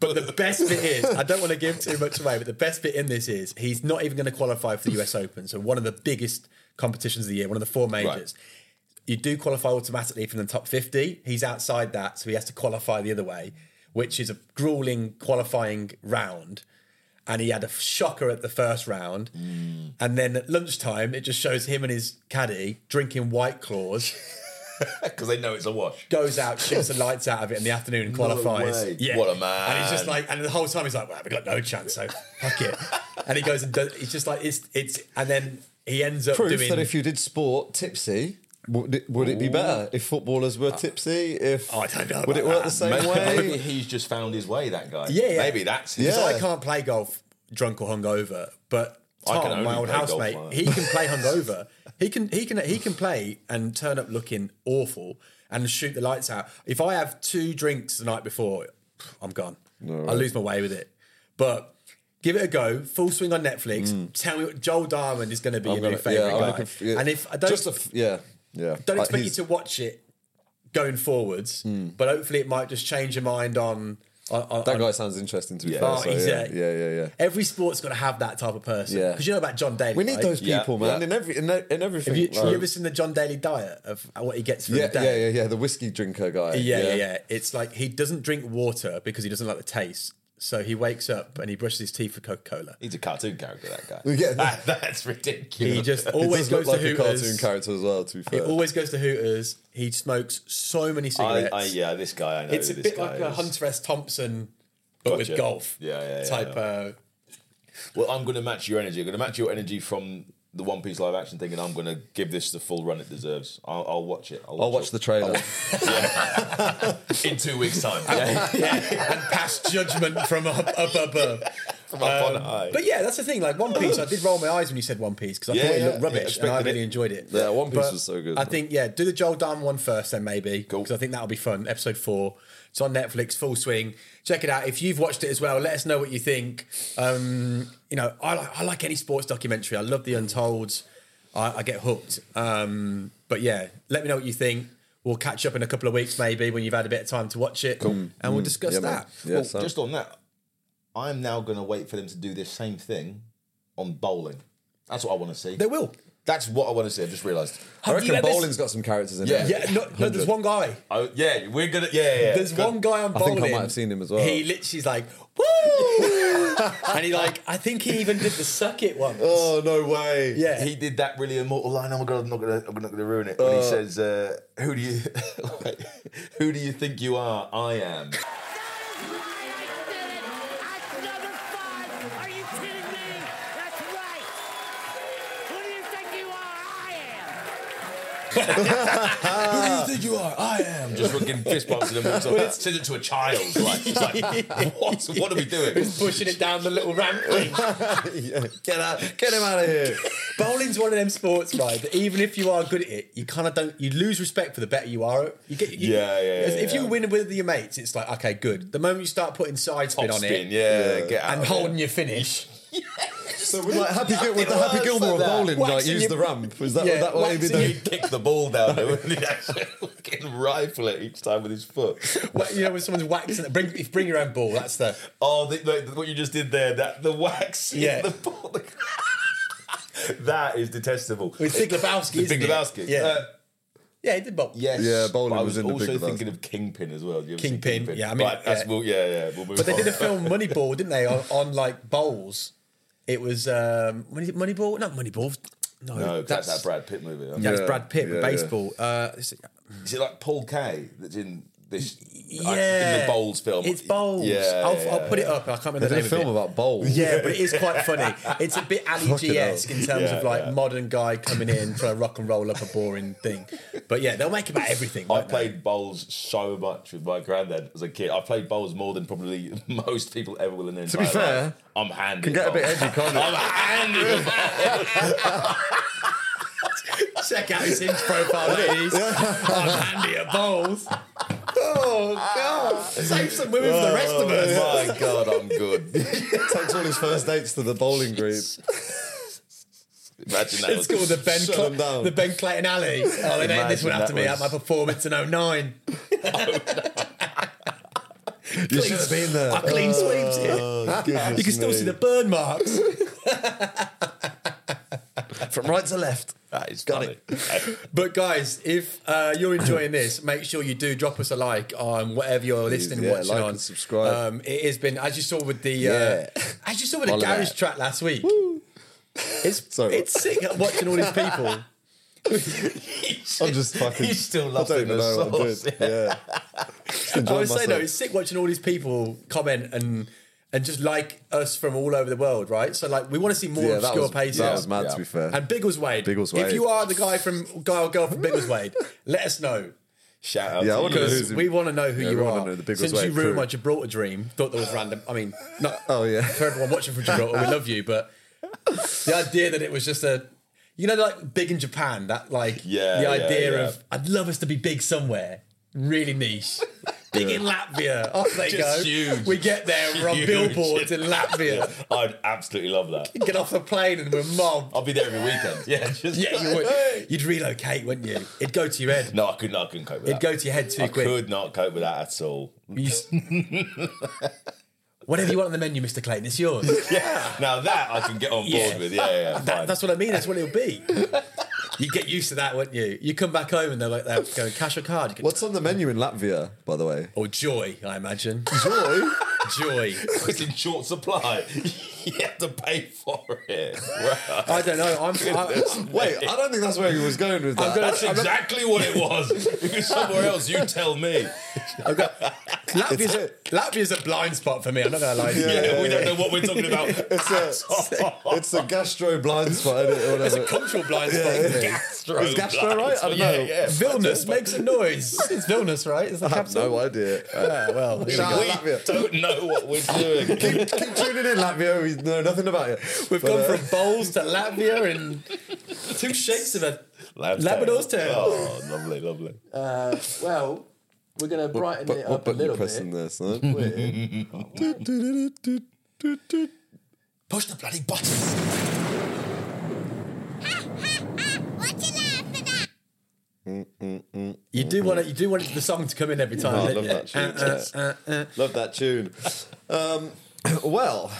Speaker 3: but the best bit is, I don't want to give too much away, but the best bit in this is he's not even going to qualify for the US Open. So, one of the biggest competitions of the year, one of the four majors. You do qualify automatically from the top 50. He's outside that, so he has to qualify the other way, which is a grueling qualifying round. And he had a shocker at the first round. And then at lunchtime, it just shows him and his caddy drinking White Claws
Speaker 2: Because they know it's a wash.
Speaker 3: goes out, shoots the lights out of it in the afternoon,
Speaker 2: <laughs>
Speaker 3: and qualifies.
Speaker 1: way.
Speaker 2: What a man.
Speaker 3: And he's just like, and the whole time he's like, well, we've got no chance, so
Speaker 2: <laughs>
Speaker 3: fuck it. and he goes and does, he's just like, it's, it's, and then he ends up
Speaker 1: proof
Speaker 3: doing.
Speaker 1: that if you did sport tipsy, would it, would it be better if footballers were tipsy? If
Speaker 3: Oh, I don't know
Speaker 1: would it
Speaker 3: about
Speaker 1: work
Speaker 3: that.
Speaker 1: the same
Speaker 2: Maybe, maybe
Speaker 1: way?
Speaker 2: <laughs> he's just found his way, that guy.
Speaker 3: Yeah, yeah.
Speaker 2: Maybe that's his.
Speaker 3: Because
Speaker 1: Yeah.
Speaker 3: I can't play golf drunk or hungover, but
Speaker 2: I can
Speaker 3: Tom,
Speaker 2: only
Speaker 3: my old
Speaker 2: play golf
Speaker 3: housemate,
Speaker 2: like that.
Speaker 3: he can play hungover. he can he can he can play and turn up looking awful and shoot the lights out. If I have two drinks the night before, I'm gone. I lose my way with it. But give it a go. Full swing on Netflix. Tell me what Joel Diamond is going to be your new
Speaker 1: gonna-
Speaker 3: favorite
Speaker 1: Mm. I'm
Speaker 3: guy.
Speaker 1: looking for- yeah.
Speaker 3: And if I don't
Speaker 1: just a f- yeah, yeah,
Speaker 3: don't
Speaker 1: Like,
Speaker 3: expect you
Speaker 1: he's- Hmm.
Speaker 3: to watch it going forwards, but hopefully it might just change your mind on I, I,
Speaker 1: That
Speaker 3: I-
Speaker 1: guy sounds interesting to be
Speaker 2: Yeah.
Speaker 1: fair.
Speaker 2: Oh,
Speaker 1: so,
Speaker 3: he's
Speaker 1: yeah,
Speaker 3: a-
Speaker 1: yeah, yeah, yeah.
Speaker 3: Every sport's got to have that type of person.
Speaker 1: Yeah.
Speaker 3: Because you know about John Daly.
Speaker 1: We need
Speaker 3: right?
Speaker 1: those
Speaker 2: Yeah,
Speaker 1: people, man,
Speaker 2: yeah.
Speaker 1: in every in, e- in everything.
Speaker 3: Have you, have
Speaker 1: like-
Speaker 3: you ever seen the John Daly diet of what he gets for
Speaker 1: yeah,
Speaker 3: the
Speaker 1: yeah,
Speaker 3: day?
Speaker 1: yeah, yeah. The whiskey drinker guy.
Speaker 3: Yeah, yeah, yeah. It's like he doesn't drink water because he doesn't like the taste. So he wakes up and he brushes his teeth with Coca Cola.
Speaker 2: He's a cartoon character, that
Speaker 3: <laughs>
Speaker 2: guy.
Speaker 1: Yeah.
Speaker 2: That- that's ridiculous.
Speaker 3: He
Speaker 2: <laughs>
Speaker 3: just
Speaker 1: He
Speaker 3: always
Speaker 1: does look
Speaker 3: goes
Speaker 1: like
Speaker 3: to
Speaker 1: a cartoon
Speaker 3: Hooters.
Speaker 1: character as well. To be
Speaker 3: He
Speaker 1: fair,
Speaker 3: always goes to Hooters. He smokes so many
Speaker 2: I,
Speaker 3: cigarettes.
Speaker 2: I, yeah, this guy, I know
Speaker 3: It's a
Speaker 2: who this
Speaker 3: bit
Speaker 2: guy
Speaker 3: like a
Speaker 2: is.
Speaker 3: Hunter S. Thompson, but
Speaker 2: Gotcha.
Speaker 3: with golf.
Speaker 2: Yeah, yeah, yeah,
Speaker 3: Type.
Speaker 2: yeah.
Speaker 3: Uh,
Speaker 2: Well, I'm going to match your energy. I'm going to match your energy from the One Piece live action thing, and I'm going to give this the full run it deserves. I'll, I'll watch it.
Speaker 1: I'll watch the trailer.
Speaker 3: Oh,
Speaker 2: the <laughs> in two weeks'
Speaker 3: <laughs>
Speaker 2: time. Yeah.
Speaker 3: and pass judgment from up, up above.
Speaker 2: From up on
Speaker 3: Um,
Speaker 2: high.
Speaker 3: But yeah, that's the thing. Like One Piece, I did roll my eyes when you said One Piece because I
Speaker 2: Yeah,
Speaker 3: thought it
Speaker 2: yeah,
Speaker 3: looked
Speaker 2: yeah,
Speaker 3: rubbish, and I
Speaker 2: expected
Speaker 3: really
Speaker 2: it.
Speaker 3: enjoyed it.
Speaker 1: Yeah, One Piece
Speaker 3: But
Speaker 1: was so good.
Speaker 3: I think yeah, do the Joel Dan one first, then maybe because
Speaker 2: Cool.
Speaker 3: I think that'll be fun. Episode four. It's on Netflix, full swing. Check it out. If you've watched it as well, let us know what you think. Um, you know, I like, I like any sports documentary. I love the Untolds. I, I get hooked. Um, but yeah, let me know what you think. We'll catch up in a couple of weeks, maybe when you've had a bit of time to watch it, and we'll discuss
Speaker 1: Mm, yeah, man.
Speaker 3: that. Oh,
Speaker 1: Yeah,
Speaker 2: well,
Speaker 1: so-
Speaker 2: Oh, just on that, I'm now going to wait for them to do this same thing on bowling. That's what I want to see.
Speaker 3: They will.
Speaker 2: That's what I want to see. I've just realised.
Speaker 1: I
Speaker 3: Have you
Speaker 1: reckon
Speaker 3: ever-
Speaker 1: bowling's got some characters in
Speaker 2: Yeah.
Speaker 1: it.
Speaker 3: Yeah, no, no, there's one guy.
Speaker 2: Oh, yeah, we're gonna. Yeah, yeah, yeah.
Speaker 3: There's
Speaker 2: Good.
Speaker 3: one guy on
Speaker 1: I
Speaker 3: bowling.
Speaker 1: think I might have seen him as well.
Speaker 3: He literally's like, woo! and he like, I think he even did the suck it once.
Speaker 1: Oh no way!
Speaker 3: yeah.
Speaker 2: He did that really immortal line. Oh my god, I'm not gonna, I'm not gonna ruin it. When he says, uh, "Who do you, <laughs> who do you think you are? I am."
Speaker 6: Number five. Are you kidding me? That's right. Who do you think you are? I am.
Speaker 2: Who do you think you are? I am. Just fucking fist bumps in the middle. Send it to a child. Like, it's like <laughs> what? What are we doing?
Speaker 3: He's <laughs> pushing it down the little ramp. thing.
Speaker 1: Get out! Get him out of here!
Speaker 3: Bowling's one of them sports, right? That even if you are good at it, you kind of don't. You lose respect for the better you are. at- You get. You,
Speaker 2: Yeah, yeah,
Speaker 3: as-
Speaker 2: yeah,
Speaker 3: If you
Speaker 2: yeah.
Speaker 3: win with your mates, it's like okay, good. The moment you start putting side spin on
Speaker 2: Spin,
Speaker 3: it
Speaker 2: yeah. Get out.
Speaker 3: and
Speaker 2: of
Speaker 3: holding
Speaker 2: it.
Speaker 3: your finish,
Speaker 1: So we're like Happy Gil- with the
Speaker 2: works
Speaker 1: Happy Gilmore of
Speaker 2: like that.
Speaker 1: bowling, like
Speaker 3: Waxing
Speaker 1: use
Speaker 3: your-
Speaker 1: the ramp. Is that
Speaker 3: Yeah,
Speaker 1: that what he did?
Speaker 3: waxing
Speaker 1: there?
Speaker 2: He'd kick the ball down there, wouldn't he? <laughs> Actually, fucking rifle it each time with his foot.
Speaker 3: Wha- you know, when someone's waxing, bring if- bring your own ball. That's the
Speaker 2: Oh, the, the, what you just did there, that the wax.
Speaker 3: Yeah.
Speaker 2: The ball, <laughs> the- that is detestable.
Speaker 3: with Big Lebowski.
Speaker 2: The
Speaker 3: isn't
Speaker 2: Big
Speaker 3: it?
Speaker 2: Lebowski.
Speaker 3: Yeah,
Speaker 2: Uh,
Speaker 3: yeah, he did bowl.
Speaker 2: yes.
Speaker 1: Yeah, bowling
Speaker 2: but I
Speaker 1: was
Speaker 2: was,
Speaker 1: in the Big
Speaker 2: also
Speaker 1: Lebowski.
Speaker 2: thinking of Kingpin as well. Have you ever seen
Speaker 3: Kingpin, yeah, I mean,
Speaker 2: Right, that's,
Speaker 3: yeah.
Speaker 2: We'll, yeah, yeah. We'll move
Speaker 3: But they
Speaker 2: on.
Speaker 3: did a film Moneyball, didn't they? On, on like bowls. It was um, Money- Moneyball, not Moneyball. No,
Speaker 2: <laughs> No, that's, that Brad Pitt movie. huh?
Speaker 3: Yeah, it's
Speaker 1: Yeah,
Speaker 3: Brad Pitt with
Speaker 1: yeah, yeah.
Speaker 3: baseball. Uh, it's-
Speaker 2: Is it like Paul Kay that's in this? Like, in
Speaker 3: yeah,
Speaker 2: the Bowls film.
Speaker 3: It's bowls.
Speaker 2: Yeah,
Speaker 3: I'll,
Speaker 2: yeah,
Speaker 3: I'll put
Speaker 2: yeah.
Speaker 3: it up. I can't remember
Speaker 1: They
Speaker 3: the
Speaker 1: did a
Speaker 3: name
Speaker 1: film
Speaker 3: of it.
Speaker 1: about bowling.
Speaker 3: Yeah, but it is quite funny. It's a bit
Speaker 2: <laughs>
Speaker 3: Ali
Speaker 1: Fucking
Speaker 3: G esque in terms
Speaker 2: Yeah,
Speaker 3: of like
Speaker 2: yeah.
Speaker 3: modern guy coming in trying to rock and roll up a boring thing. But yeah, they'll make about everything.
Speaker 2: I
Speaker 3: won't they?
Speaker 2: played bowls so much with my granddad as a kid. I played bowls more than probably <laughs> most people ever will in their
Speaker 1: be
Speaker 2: entire
Speaker 1: fair,
Speaker 2: life. I'm handy.
Speaker 1: Can get a bit
Speaker 2: at bowls.
Speaker 1: edgy, can't it?
Speaker 2: <laughs> I'm handy.
Speaker 3: <laughs>
Speaker 2: at bowls.
Speaker 3: Check out his Inch profile, ladies. <laughs> I'm handy at bowls. Oh God! Save some women for the rest of us.
Speaker 2: Oh my god, I'm good.
Speaker 1: Takes all his first dates to the bowling group.
Speaker 2: Imagine that.
Speaker 3: It's called the Ben
Speaker 1: Shut them
Speaker 3: Cl-
Speaker 1: down.
Speaker 3: the Ben Clayton Alley. Oh, they named this one
Speaker 2: Imagine
Speaker 3: after
Speaker 2: that
Speaker 3: me at
Speaker 2: was-
Speaker 3: my performance in 09.
Speaker 1: You should have been there.
Speaker 3: I clean sweeps here. <laughs> You can still see the burn <laughs> marks.
Speaker 1: from right to left.
Speaker 2: That is
Speaker 1: Got
Speaker 2: funny. <laughs> it.
Speaker 3: But guys, if uh, you're <coughs> enjoying this, make sure you do drop us a like on whatever you're listening,
Speaker 1: yeah,
Speaker 3: watching
Speaker 1: like
Speaker 3: on.
Speaker 1: and subscribe.
Speaker 3: Um, it has been, as you saw with the,
Speaker 1: Yeah.
Speaker 3: uh, as you saw with the
Speaker 1: Follow
Speaker 3: garage
Speaker 1: that.
Speaker 3: track last week. It's
Speaker 1: Sorry.
Speaker 3: it's
Speaker 1: <laughs>
Speaker 3: sick watching all these people.
Speaker 1: I'm just fucking.
Speaker 2: He's still
Speaker 1: I
Speaker 2: lost
Speaker 1: don't
Speaker 2: in
Speaker 1: even
Speaker 2: the
Speaker 1: know what I'm
Speaker 2: sauce.
Speaker 1: doing. Yeah. Just
Speaker 3: I
Speaker 1: enjoying
Speaker 3: would say though,
Speaker 1: myself.
Speaker 3: it's sick watching all these people comment and and just like us from all over the world, right? So like, we want to see more
Speaker 1: Yeah, that
Speaker 3: obscure
Speaker 1: was,
Speaker 3: pages.
Speaker 1: that was mad.
Speaker 2: Yeah.
Speaker 1: To be fair,
Speaker 3: And Biggles Wade.
Speaker 1: Biggles
Speaker 3: If
Speaker 1: Wade.
Speaker 3: you are the guy from guy or girl from Biggles Wade, let us know
Speaker 2: Shout out
Speaker 1: Yeah, I
Speaker 2: to
Speaker 1: wouldn't
Speaker 2: you.
Speaker 1: know
Speaker 3: because
Speaker 1: who's-
Speaker 3: we want to know who
Speaker 1: Yeah, we
Speaker 3: you
Speaker 1: wanna
Speaker 3: are.
Speaker 1: know the Biggles
Speaker 3: Since you
Speaker 1: Wade
Speaker 3: ruined
Speaker 1: crew.
Speaker 3: my Gibraltar dream, thought that was random. I mean, not
Speaker 1: oh yeah.
Speaker 3: for everyone watching from Gibraltar, we love you, but the idea that it was just a. You know, like big in Japan, that like
Speaker 2: Yeah,
Speaker 3: the
Speaker 2: yeah,
Speaker 3: idea
Speaker 2: yeah.
Speaker 3: of I'd love us to be big somewhere, really niche. Big in Latvia. Off they
Speaker 2: Just
Speaker 3: go.
Speaker 2: huge.
Speaker 3: We get there, we're on
Speaker 2: Huge.
Speaker 3: billboards in Latvia.
Speaker 2: I'd absolutely love that.
Speaker 3: Get off the plane and we're mobbed.
Speaker 2: I'll be there every weekend.
Speaker 3: <laughs>
Speaker 2: Yeah, just
Speaker 3: Yeah, you would. You'd relocate, wouldn't you? It'd go to your
Speaker 2: <laughs>
Speaker 3: head.
Speaker 2: No, I couldn't. I couldn't cope with
Speaker 3: It'd
Speaker 2: that.
Speaker 3: go to your head too
Speaker 2: I
Speaker 3: quick.
Speaker 2: could not cope with that at all.
Speaker 3: You s- Whatever you want on the menu, Mr. Clayton, it's yours.
Speaker 2: Now that I can get on board
Speaker 3: <laughs> Yeah.
Speaker 2: with. Yeah, yeah, yeah.
Speaker 3: That-
Speaker 2: fine.
Speaker 3: that's what I mean. That's what it'll be. <laughs> You get used to that, wouldn't you? You come back home and they're like, they're going cash or card. You
Speaker 1: <laughs>
Speaker 3: go,
Speaker 1: What's on the menu in Latvia, by the way?
Speaker 3: Or joy, I imagine. <laughs>
Speaker 1: Joy?
Speaker 3: joy.
Speaker 2: it's in short supply. <laughs> you have to pay for it. Right.
Speaker 3: I don't know. I'm. I,
Speaker 1: <laughs> Wait, I don't think that's where he was going with that.
Speaker 2: That's exactly what it was. If it's somewhere else, you tell me.
Speaker 3: Latvia's, a, Latvia's a blind spot for me. I'm not going to lie to you.
Speaker 2: Yeah, we don't know what we're talking about.
Speaker 1: it's, a, it's a gastro blind spot, isn't it? Or whatever.
Speaker 3: Cultural blind spot. isn't it?
Speaker 2: Gastro
Speaker 1: <laughs> Is gastro
Speaker 2: blind.
Speaker 1: right? I don't
Speaker 2: Yeah,
Speaker 1: know.
Speaker 2: yeah.
Speaker 3: Vilnius makes
Speaker 1: <laughs>
Speaker 3: a noise. It's Vilnius, right? It's the
Speaker 1: I have
Speaker 3: capital.
Speaker 1: no
Speaker 3: <laughs>
Speaker 1: idea. Uh,
Speaker 3: Ah, well, here we
Speaker 1: Shout
Speaker 3: go.
Speaker 1: out
Speaker 2: We
Speaker 1: Latvia.
Speaker 2: don't know what we're doing.
Speaker 1: <laughs> Keep tuning in, Latvia. We know nothing about it.
Speaker 3: We've
Speaker 1: But,
Speaker 3: gone
Speaker 1: uh,
Speaker 3: from bowls to Latvia and two shakes of a.
Speaker 2: Lab
Speaker 3: Labrador's
Speaker 2: tail.
Speaker 3: tail.
Speaker 2: Oh, lovely, lovely.
Speaker 7: Well, we're going to brighten
Speaker 1: But
Speaker 7: it
Speaker 1: what
Speaker 7: up a
Speaker 1: button you
Speaker 7: little bit.
Speaker 1: pressing there, son?
Speaker 7: with-
Speaker 3: <laughs>
Speaker 2: Push the bloody button.
Speaker 6: <laughs> What you laughing at?
Speaker 3: You do want it. You do want it, the song to come in every time.
Speaker 1: <laughs> Oh, I
Speaker 3: don't
Speaker 1: love
Speaker 3: you?
Speaker 1: that tune.
Speaker 3: Uh, uh, uh,
Speaker 1: Love that tune. Um, <coughs> well,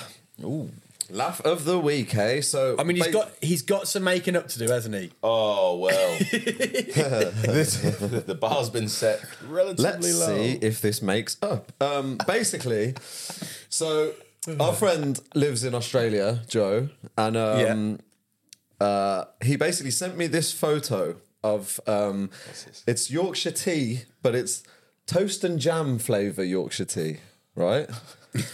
Speaker 1: laugh of the week, hey? So
Speaker 3: I mean, he's
Speaker 1: ba-
Speaker 3: got he's got some making up to do, hasn't he?
Speaker 2: Oh
Speaker 1: <laughs>
Speaker 2: well. the, <laughs> the bar's been set relatively
Speaker 1: Let's
Speaker 2: low.
Speaker 1: see if this makes up. Um, basically,
Speaker 2: <sighs>
Speaker 1: so our friend lives in Australia, Joe, and um, uh, he basically sent me this photo of um, it's Yorkshire tea, but it's toast and jam flavour Yorkshire tea, right?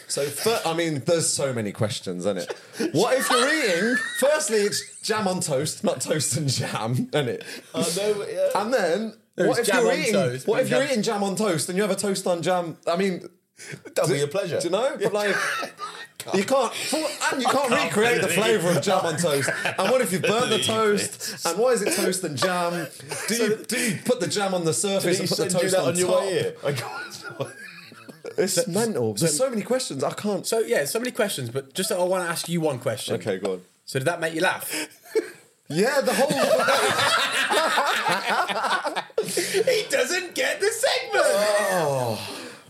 Speaker 1: So, fir- I mean, there's so many questions, isn't it? What if you're eating? Firstly, it's jam on toast, not toast and jam, isn't it?
Speaker 2: I know, yeah.
Speaker 1: And then, what
Speaker 3: was
Speaker 1: if
Speaker 3: jam
Speaker 1: you're
Speaker 3: on
Speaker 1: eating?
Speaker 3: toast,
Speaker 1: what
Speaker 3: but
Speaker 1: if you're
Speaker 3: jam-
Speaker 1: eating jam on toast and you have a toast on jam? I mean,
Speaker 2: That'll be a pleasure.
Speaker 1: do you know? But
Speaker 2: <laughs>
Speaker 1: like, you can't, and you can't,
Speaker 2: can't
Speaker 1: recreate the
Speaker 2: believe-
Speaker 1: flavour of jam on toast. And what if you burn the
Speaker 2: believe
Speaker 1: toast? And why is it toast and jam? Do you do you put the jam on the surface and
Speaker 2: Did he
Speaker 1: put the
Speaker 2: send you
Speaker 1: toast
Speaker 2: that
Speaker 1: on,
Speaker 2: on your
Speaker 1: top?
Speaker 2: way here? I can't-
Speaker 1: It's mental. There's so many questions. I can't.
Speaker 3: So yeah, so many questions, but just I want to ask you one question.
Speaker 1: Okay, go on.
Speaker 3: So did that make you laugh?
Speaker 1: Yeah, the whole.
Speaker 3: <laughs> he doesn't get the segment.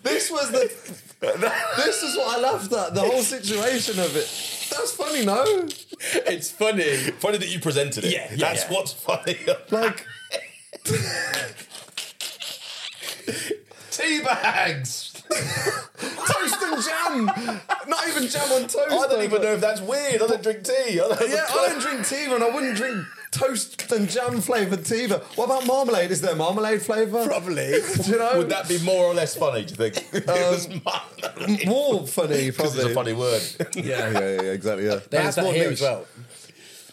Speaker 1: This was the.
Speaker 2: <laughs>
Speaker 1: This is what I laughed at. The whole situation of it. That's funny, no?
Speaker 3: <laughs> it's funny.
Speaker 2: funny that you presented it.
Speaker 3: Yeah, yeah,
Speaker 2: that's
Speaker 3: yeah.
Speaker 2: what's funny.
Speaker 1: Like.
Speaker 2: <laughs> Tea bags.
Speaker 1: toast and jam. Not even jam on toast.
Speaker 2: I don't even know if that's weird. I don't drink tea. I don't
Speaker 1: Yeah,
Speaker 2: <laughs>
Speaker 1: I don't drink tea, and I wouldn't drink toast and jam flavored tea. But what about marmalade? Is there marmalade flavor?
Speaker 2: <laughs>
Speaker 3: Probably.
Speaker 1: Do you know,
Speaker 2: Would that be more or less funny? Do you think? <laughs> it was because
Speaker 1: more funny?
Speaker 2: <laughs>
Speaker 1: Probably.
Speaker 2: it's a funny word. <laughs>
Speaker 1: Yeah, yeah, yeah, exactly. Yeah.
Speaker 3: They have
Speaker 1: That's more
Speaker 3: that here
Speaker 1: niche.
Speaker 3: as well.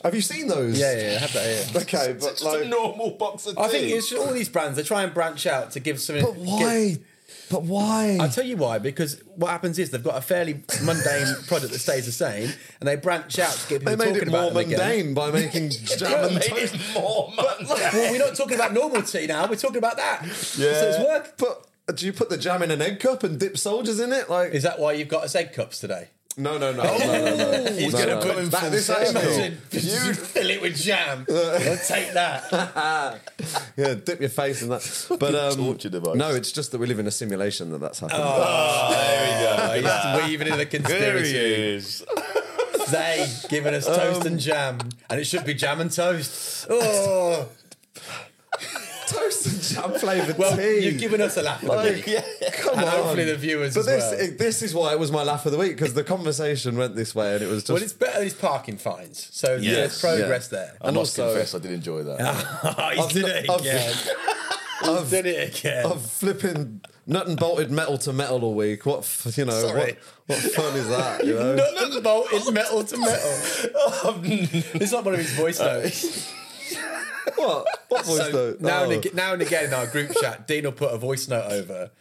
Speaker 1: Have you seen those?
Speaker 3: Yeah, yeah, yeah, have that here.
Speaker 1: Okay, but
Speaker 2: Just
Speaker 1: like,
Speaker 2: a normal box of tea.
Speaker 3: I think it's just all these brands. They try and branch out to give something.
Speaker 1: but why? But why?
Speaker 3: I'll tell you why, because what happens is they've got a fairly mundane <laughs> product that stays the same, and they branch out to get people
Speaker 1: they made
Speaker 3: talking
Speaker 1: it
Speaker 3: about
Speaker 1: more
Speaker 3: them again.
Speaker 1: mundane by
Speaker 2: <laughs>
Speaker 1: making jam and
Speaker 2: Make
Speaker 1: toast.
Speaker 2: it more <laughs>
Speaker 3: Well, <laughs> we're not talking about normal tea now. We're talking about that. <laughs> Yeah. So it's work.
Speaker 1: But do you put the jam in an egg cup and dip soldiers in it? Like,
Speaker 3: Is that why you've got us egg cups today?
Speaker 1: no, no,
Speaker 2: <laughs>
Speaker 1: no, no, no, no.
Speaker 2: He's
Speaker 1: No,
Speaker 2: gonna
Speaker 1: no.
Speaker 2: come
Speaker 3: uh,
Speaker 2: in
Speaker 1: That-
Speaker 2: full
Speaker 1: this
Speaker 2: circle.
Speaker 1: actually,
Speaker 3: <laughs> you fill it
Speaker 2: <laughs>
Speaker 3: with jam. I'll take that.
Speaker 1: yeah, dip your face in
Speaker 3: <laughs>
Speaker 1: that. But um,
Speaker 2: torture device.
Speaker 1: no, it's just that we live in a simulation that that's happening.
Speaker 2: Oh,
Speaker 3: Ah.
Speaker 2: There we go.
Speaker 3: He's weaving in a
Speaker 2: There he
Speaker 3: conspiracy.
Speaker 2: is.
Speaker 3: <laughs>
Speaker 2: Um,
Speaker 3: They giving us toast and jam, and it should be jam
Speaker 2: <laughs>
Speaker 3: and toast. Oh,
Speaker 1: <laughs> toast and jam flavored
Speaker 3: <laughs> well,
Speaker 1: tea.
Speaker 3: you've given us a laugh. of the
Speaker 1: Like,
Speaker 3: week.
Speaker 1: Come
Speaker 3: And
Speaker 1: on.
Speaker 3: hopefully the viewers
Speaker 1: But
Speaker 3: as
Speaker 1: this
Speaker 3: well.
Speaker 1: it- this is why it was my laugh of the week because the conversation went this way and it was just.
Speaker 3: Well, it's better than his parking fines, so
Speaker 2: Yes.
Speaker 3: there's progress
Speaker 1: Yeah.
Speaker 2: I
Speaker 1: And
Speaker 2: must
Speaker 1: also-
Speaker 2: confess, I did enjoy that.
Speaker 3: there. He's did it
Speaker 1: I've- <laughs>
Speaker 3: again. He's did it again. <laughs>
Speaker 1: Of flipping nut and bolted metal to metal all week. What f- you know? What,
Speaker 3: Sorry.
Speaker 1: what fun is
Speaker 3: <laughs>
Speaker 1: that? You know?
Speaker 3: Nut and bolt is metal
Speaker 2: <laughs>
Speaker 3: to metal. it's not one of his voice
Speaker 2: Uh,
Speaker 3: notes.
Speaker 1: What? What voice
Speaker 3: So
Speaker 1: note?
Speaker 3: now,
Speaker 1: Oh.
Speaker 3: and again, now and again in our
Speaker 1: <laughs>
Speaker 3: group chat, Dean will put a voice note over,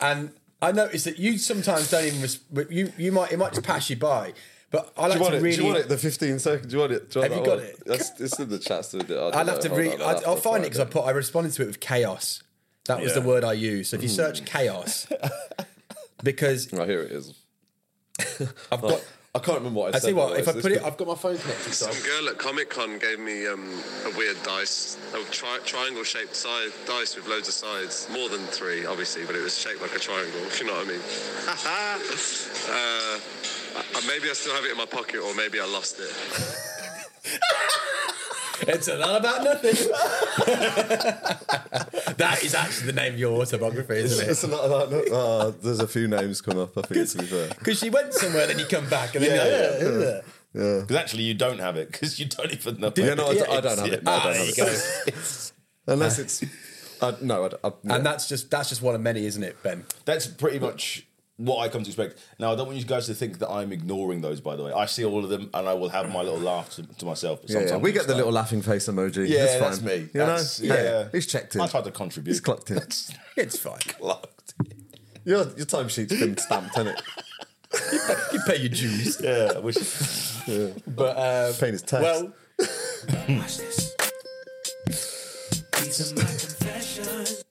Speaker 3: and I noticed that you sometimes don't even. Res- but you you might it might just pass you by, but I
Speaker 1: Do
Speaker 3: like
Speaker 1: you want
Speaker 3: to
Speaker 1: it?
Speaker 3: really.
Speaker 1: Do you want it? The 15 second. Do you want it? Do you want
Speaker 3: Have
Speaker 1: that
Speaker 3: you got
Speaker 1: one?
Speaker 3: it?
Speaker 1: That's, it's in the chat. So I don't
Speaker 3: I'll
Speaker 1: know.
Speaker 3: have to
Speaker 1: Hold
Speaker 3: re-
Speaker 1: on,
Speaker 3: I'll, I'll
Speaker 1: to
Speaker 3: find it because I put I responded to it with chaos. That was
Speaker 8: Yeah.
Speaker 3: the word I used. So if you
Speaker 1: Hmm. <laughs>
Speaker 3: search chaos, because
Speaker 1: Right, here it
Speaker 3: <laughs>
Speaker 1: is.
Speaker 3: I've got.
Speaker 1: I can't remember what I,
Speaker 3: I
Speaker 1: said.
Speaker 3: see what if I
Speaker 1: otherwise
Speaker 3: put it.
Speaker 1: this-
Speaker 3: I've got my phone connected. So
Speaker 9: Some girl at Comic Con gave me um, a weird dice, a tri- triangle shaped side, dice with loads of sides. More than three, obviously, but it was shaped like a triangle, <laughs> if you know what I mean. uh, I- maybe I still have it in my pocket, or maybe I lost
Speaker 3: <laughs>
Speaker 9: it.
Speaker 3: It's a lot about nothing. <laughs> that is actually the name of your autobiography, isn't it?
Speaker 1: It's a lot about. Uh, there's a few names come up. I think to be fair.
Speaker 3: Because she went somewhere, then you come back, and then you're like, "Yeah, yeah, yeah."
Speaker 2: Because actually, you don't have it because you don't even know.
Speaker 1: Yeah, no, I, don't- I don't have it. No, I
Speaker 2: Ah,
Speaker 1: don't have
Speaker 2: you
Speaker 1: it.
Speaker 2: guys-
Speaker 1: Unless it's. I, no, I, don't- I, no.
Speaker 3: and that's just that's just one of many, isn't it, Ben?
Speaker 2: That's pretty much what I come to expect. Now, I don't want you guys to think that I'm ignoring those. By the way, I see all of them, and I will have my little laugh to, to myself. but
Speaker 1: Yeah, yeah,
Speaker 2: sometimes
Speaker 1: we
Speaker 2: it's
Speaker 1: get the
Speaker 2: like-
Speaker 1: little laughing face emoji.
Speaker 2: Yeah,
Speaker 1: that's, fine.
Speaker 2: that's me.
Speaker 1: You
Speaker 2: That's-
Speaker 1: know, Hey,
Speaker 2: yeah.
Speaker 1: he's checked in.
Speaker 2: I tried to contribute.
Speaker 1: He's clocked in.
Speaker 3: It's fine.
Speaker 2: Clocked.
Speaker 1: Your your timesheet's been stamped, hasn't it?
Speaker 3: You pay your dues.
Speaker 2: Yeah, I wish.
Speaker 3: But uh,
Speaker 1: Paying his tax.
Speaker 3: well,
Speaker 4: Watch this. These are my confessions.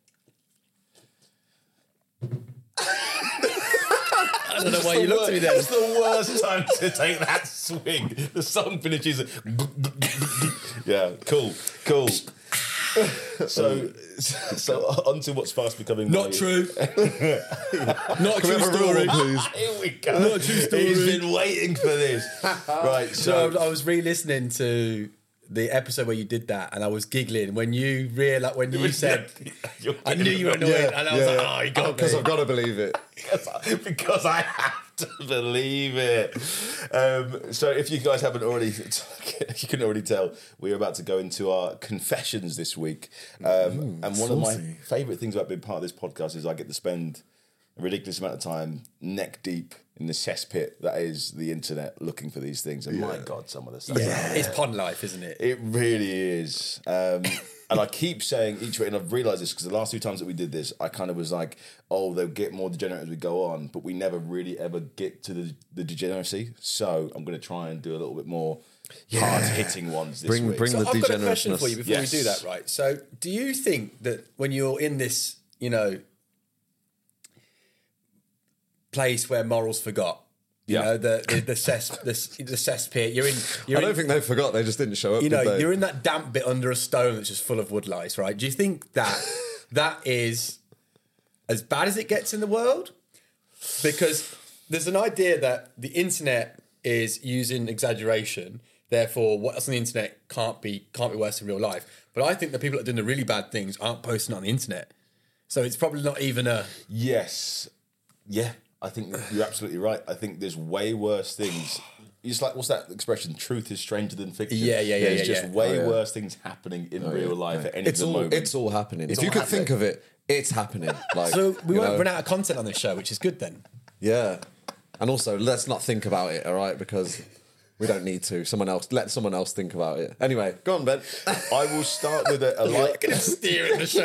Speaker 3: I don't know why you looked at me then.
Speaker 2: It's the worst time to take that swing. The song finishes. yeah, cool, cool. So, so on to what's fast becoming my-
Speaker 3: Not true. Not a true
Speaker 1: have a roll,
Speaker 3: story.
Speaker 1: please?
Speaker 2: Ah, Here we go.
Speaker 3: Not true story.
Speaker 2: He's been waiting for
Speaker 3: <laughs>
Speaker 2: this. right, so,
Speaker 3: So I was re-listening to the episode where you did that, and I was giggling when you realized when you
Speaker 2: <laughs>
Speaker 3: said.
Speaker 2: You're
Speaker 3: I knew you were
Speaker 2: getting-
Speaker 3: annoyed, and I was like, "Oh, you got
Speaker 1: Because
Speaker 3: me."
Speaker 1: I've got to believe it.
Speaker 2: because I, <laughs> because I have to believe it. Um, so, if you guys haven't already, <laughs> you can already tell we are about to go into our confessions this week. Um, and one of my favourite things about being part of this podcast is I get to spend a ridiculous amount of time neck deep in the cesspit that is the internet looking for these things. And my God, some of the stuff.
Speaker 3: Yeah, it's pond life, isn't it?
Speaker 2: It really is. Um, <laughs> and I keep saying each week, and I've realised this because the last two times that we did this, I kind of was like, oh, they'll get more degenerate as we go on, but we never really ever get to the, the degeneracy. So I'm going to try and do a little bit more hard hitting ones this
Speaker 1: Bring-
Speaker 2: week.
Speaker 1: bring
Speaker 2: So-
Speaker 1: the
Speaker 3: I've got a question
Speaker 1: degenerateness.
Speaker 3: for you before
Speaker 2: Yes.
Speaker 3: we do that, right? So, do you think that when you're in this, you know, place where morals forgot, you
Speaker 2: Yeah.
Speaker 3: know, the the, the cess the, the cesspit, you're in, you're
Speaker 1: I don't
Speaker 3: in,
Speaker 1: think they forgot. They just didn't show up.
Speaker 3: you know,
Speaker 1: did they?
Speaker 3: you're in that damp bit under a stone that's just full of woodlice, right? Do you think <laughs> that that is as bad as it gets in the world? Because there's an idea that the internet is using exaggeration, therefore what's on the internet can't be can't be worse in real life. But I think the people that are doing the really bad things aren't posting it on the internet. So it's probably not even a
Speaker 2: Yes. Yeah, I think you're absolutely right. I think there's way worse things. It's like, what's that expression? Truth is stranger than fiction.
Speaker 3: Yeah, yeah, yeah,
Speaker 2: There's
Speaker 3: yeah,
Speaker 2: just
Speaker 3: yeah.
Speaker 2: way
Speaker 1: Oh, yeah. Oh,
Speaker 2: worse things happening in real life at any
Speaker 1: it's
Speaker 2: given
Speaker 1: all
Speaker 2: moment.
Speaker 1: it's all happening. if
Speaker 2: all
Speaker 1: you could
Speaker 2: happening.
Speaker 1: think of it, it's happening.
Speaker 3: <laughs>
Speaker 1: Like
Speaker 3: So we
Speaker 1: you
Speaker 3: won't
Speaker 1: know,
Speaker 3: run out of content on this show, which is good then.
Speaker 1: Yeah, and also let's not think about it. All right, because we don't need to. Someone else let someone else think about it. Anyway, go on, Ben.
Speaker 2: I will start with
Speaker 1: <laughs>
Speaker 2: a, a light.
Speaker 3: Steering the show.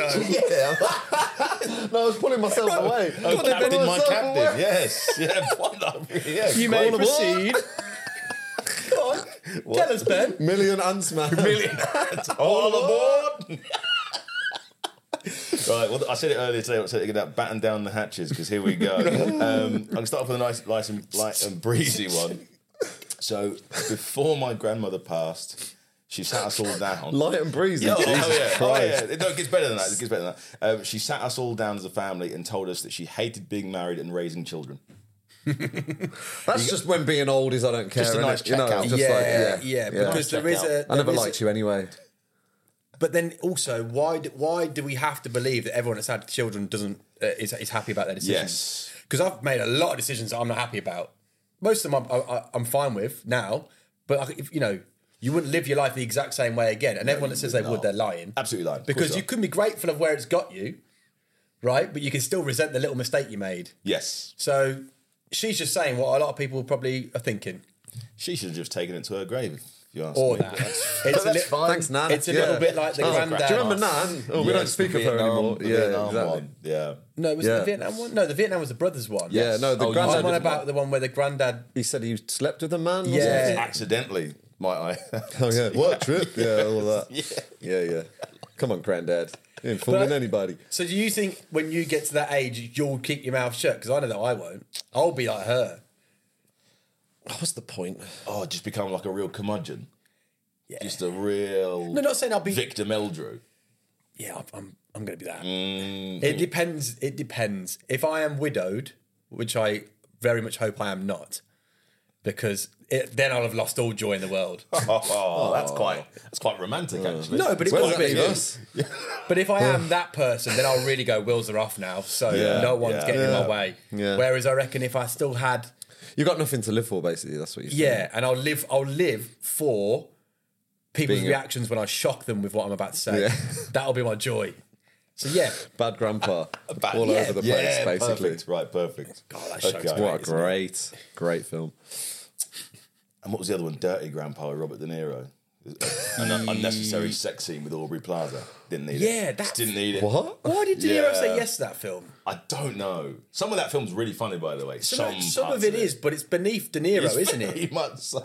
Speaker 1: no, I was pulling myself away.
Speaker 2: Oh, captain, my
Speaker 1: myself
Speaker 2: captain.
Speaker 1: away.
Speaker 2: Yes. <laughs> Yeah. why not? Yeah.
Speaker 3: <laughs> You may <laughs> proceed. Go on. Tell us, Ben.
Speaker 1: <laughs> Million ants, man.
Speaker 2: Million. All aboard. <laughs> right. Well, I said it earlier today. I said it again. That batten down the hatches because here we <laughs> go. Um, I'll start off with a nice, light and light and <laughs> breezy one. So before my grandmother passed, she sat us all down.
Speaker 1: Light and breezy.
Speaker 2: Yeah, oh,
Speaker 1: Jesus
Speaker 2: hell yeah. Oh,
Speaker 1: Christ.
Speaker 2: yeah. No, it gets better than that. It gets better than that. Um, she sat us all down as a family and told us that she hated being married and raising children.
Speaker 1: That's just when being old is I don't care.
Speaker 2: Just a nice
Speaker 1: innit? you know,
Speaker 2: checkout.
Speaker 1: just
Speaker 3: yeah,
Speaker 1: like,
Speaker 3: yeah,
Speaker 1: yeah,
Speaker 3: Because there is a.
Speaker 1: I never
Speaker 3: there is a-
Speaker 1: liked you anyway.
Speaker 3: But then also, why do, why do we have to believe that everyone that's had children doesn't uh, is, is happy about their decisions?
Speaker 2: Yes.
Speaker 3: Because I've made a lot of decisions that I'm not happy about. Most of them I'm, I, I- I'm fine with now, but I, if, you know. You wouldn't live your life the exact same way again. And everyone that says they would, they're lying.
Speaker 2: Absolutely lying. Of course
Speaker 3: Because
Speaker 2: they
Speaker 3: you
Speaker 2: are.
Speaker 3: can be grateful of where it's got you, right? But you can still resent the little mistake you made.
Speaker 2: Yes.
Speaker 3: So she's just saying what a lot of people probably are thinking.
Speaker 2: She should have just taken it to her grave. If you ask
Speaker 3: Or
Speaker 2: me.
Speaker 3: that. It's a, li-
Speaker 1: Thanks, Nan.
Speaker 3: it's a
Speaker 1: Yeah.
Speaker 3: little bit like the
Speaker 2: Oh,
Speaker 3: granddad.
Speaker 2: crap.
Speaker 1: Do you remember Nan? Oh, we
Speaker 2: Yes,
Speaker 1: don't speak
Speaker 2: the
Speaker 1: of her
Speaker 2: Vietnam-
Speaker 1: anymore.
Speaker 2: the
Speaker 1: Yeah,
Speaker 2: Vietnam
Speaker 1: exactly.
Speaker 2: one, Yeah.
Speaker 3: No, was it
Speaker 1: Yeah.
Speaker 3: the Vietnam one? No, the Vietnam was the brothers one.
Speaker 1: Yeah, no, the
Speaker 2: Oh, you
Speaker 3: I
Speaker 1: granddad.
Speaker 2: said
Speaker 3: one
Speaker 1: did-
Speaker 3: about the one where the granddad.
Speaker 1: he said he Oh, slept with a man. or
Speaker 3: Yeah.
Speaker 1: something.
Speaker 2: <laughs> Accidentally, might I?
Speaker 3: <laughs>
Speaker 1: Oh yeah, work trip. Yeah, all that. Yeah, yeah. Come on, granddad. You ain't fooling
Speaker 3: But-
Speaker 1: anybody.
Speaker 3: So do you think when you get to that age, you'll keep your mouth shut? Because I know that I won't. I'll be like her.
Speaker 1: What's the point?
Speaker 2: Oh, just become like a real curmudgeon.
Speaker 3: Yeah.
Speaker 2: Just a real
Speaker 3: No, not saying I'll be.
Speaker 2: victim Eldrew.
Speaker 3: Yeah, I'm- I'm. I'm going to be that. It depends. It depends. If I am widowed, which I very much hope I am not, because it, then I'll have lost all joy in the world.
Speaker 2: Oh, Uh, that's quite that's quite romantic actually.
Speaker 3: no, but it
Speaker 1: Where
Speaker 3: will
Speaker 1: does that leave
Speaker 3: be.
Speaker 1: us?
Speaker 3: But if I am that person, then I'll really go. Wheels are off now, so
Speaker 1: Yeah,
Speaker 3: no one's
Speaker 2: yeah.
Speaker 3: getting in
Speaker 1: Yeah.
Speaker 3: my way.
Speaker 1: Yeah.
Speaker 3: Whereas I reckon if I still had
Speaker 1: You got nothing to live for, basically. That's what you.
Speaker 3: Yeah, and I'll live. I'll live for people's
Speaker 1: Being a-
Speaker 3: reactions when I shock them with what I'm about to say.
Speaker 1: Yeah.
Speaker 3: <laughs> That'll be my joy. So yeah,
Speaker 1: Bad grandpa,
Speaker 3: <laughs>
Speaker 1: all
Speaker 2: yeah,
Speaker 1: over the place,
Speaker 2: yeah,
Speaker 1: basically.
Speaker 2: perfect, right, perfect.
Speaker 3: Oh, God, that show's great.
Speaker 1: What a great, great film.
Speaker 2: And what was the other one? Dirty Grandpa, with Robert De
Speaker 3: <laughs>
Speaker 2: Niro. An un- unnecessary sex scene with Aubrey Plaza. Didn't need it.
Speaker 3: Yeah, that's-
Speaker 2: Just didn't need it.
Speaker 1: What?
Speaker 3: why did De Niro
Speaker 2: Yeah.
Speaker 3: say yes to that film?
Speaker 2: I don't know. Some of that film's really funny, by the way.
Speaker 3: Some,
Speaker 2: Some,
Speaker 3: some, of
Speaker 2: parts
Speaker 3: it is, but it's beneath De Niro,
Speaker 2: It's
Speaker 3: isn't
Speaker 2: pretty
Speaker 3: it?
Speaker 2: Much <laughs> so.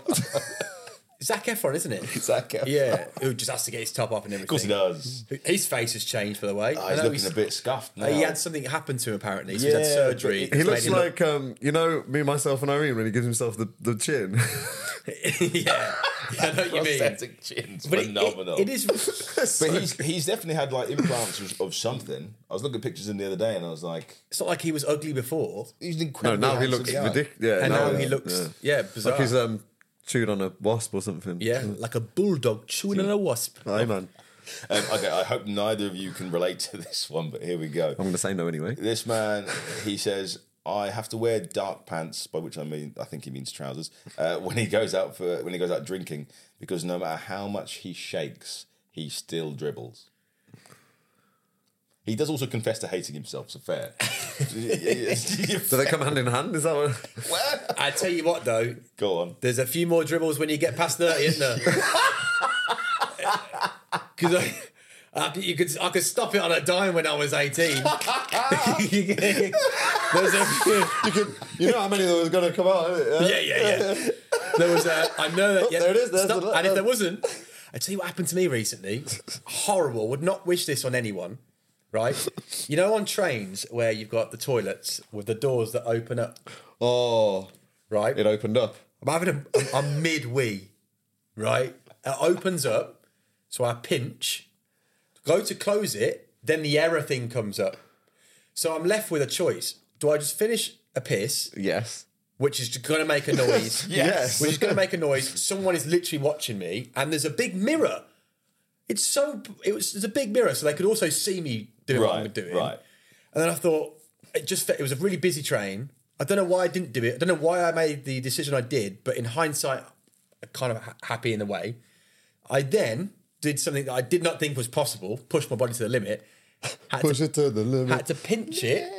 Speaker 3: Zac Efron, isn't it?
Speaker 2: Zac Efron.
Speaker 3: Yeah, who just has to get his top off and everything.
Speaker 2: Of course he does.
Speaker 3: His face has changed, by the way.
Speaker 2: Oh,
Speaker 3: I
Speaker 2: he's
Speaker 3: know
Speaker 2: looking a bit scuffed now.
Speaker 3: He had something happen to him apparently. So he's
Speaker 2: Yeah,
Speaker 3: had surgery.
Speaker 2: but
Speaker 1: He
Speaker 3: Made
Speaker 1: looks
Speaker 3: him look-
Speaker 1: like um, you know me, myself, and Irene when he gives himself the, the
Speaker 3: <laughs>
Speaker 1: chin.
Speaker 3: yeah, <laughs> I know what you mean.
Speaker 2: prosthetic chin's
Speaker 3: But it- it-
Speaker 2: phenomenal.
Speaker 3: it is
Speaker 2: But he's, he's definitely had like implants of, of something. I was looking at pictures of him the other day and I was like,
Speaker 3: It's not like he was ugly before,
Speaker 2: he's an
Speaker 1: no,
Speaker 2: incredible.
Speaker 1: now he
Speaker 2: handsome
Speaker 1: looks
Speaker 2: guy.
Speaker 1: ridiculous. Yeah,
Speaker 3: and now he
Speaker 1: yeah,
Speaker 3: looks
Speaker 1: yeah.
Speaker 3: yeah, bizarre.
Speaker 1: like he's um chewed on a wasp or something.
Speaker 3: Yeah, like a bulldog chewing on a wasp.
Speaker 1: Hey man,
Speaker 2: Um, okay, I hope neither of you can relate to this one, but here we go.
Speaker 1: I'm gonna say no anyway.
Speaker 2: This man, he says, I have to wear dark pants, by which I mean, I think he means trousers, uh, when he goes out for when he goes out drinking, because no matter how much he shakes, he still dribbles. He does also confess to hating himself, so fair. <laughs>
Speaker 1: Do they come hand in hand? Is that what?
Speaker 3: I tell you what, though,
Speaker 2: go on.
Speaker 3: there's a few more dribbles when you get past thirty, isn't <laughs> there? Because I, I, could- you could, I could stop it on a dime when I was eighteen. <laughs> there's a few,
Speaker 1: you know how many of those are gonna come out? Yeah.
Speaker 3: yeah, yeah,
Speaker 1: <laughs>
Speaker 3: yeah. There was a, I know that. Yeah,
Speaker 1: there it is, there's
Speaker 3: stop-
Speaker 1: the- um,
Speaker 3: and if there wasn't, I tell you what happened to me recently. Horrible. Would not wish this on anyone. Right? You know, on trains where you've got the toilets with the doors that open up.
Speaker 1: Oh,
Speaker 3: Right?
Speaker 1: it opened up.
Speaker 3: I'm having a, a, a mid wee, right? It opens up, so I pinch, go to close it, then the error thing comes up. So I'm left with a choice. Do I just finish a piss,
Speaker 1: Yes.
Speaker 3: which is going to make a noise?
Speaker 1: <laughs> Yes.
Speaker 3: Which is going to make a noise. Someone is literally watching me, and there's a big mirror. It's so, it was, there's a big mirror, so they could also see me doing what I'm
Speaker 2: Right,
Speaker 3: doing.
Speaker 2: right.
Speaker 3: And then I thought, it just fit- it was a really busy train. I don't know why I didn't do it. I don't know why I made the decision I did, but in hindsight, I'm kind of ha- happy in a way. I then did something that I did not think was possible, pushed my body to the limit, had, to,
Speaker 1: it to the limit.
Speaker 3: had to pinch it,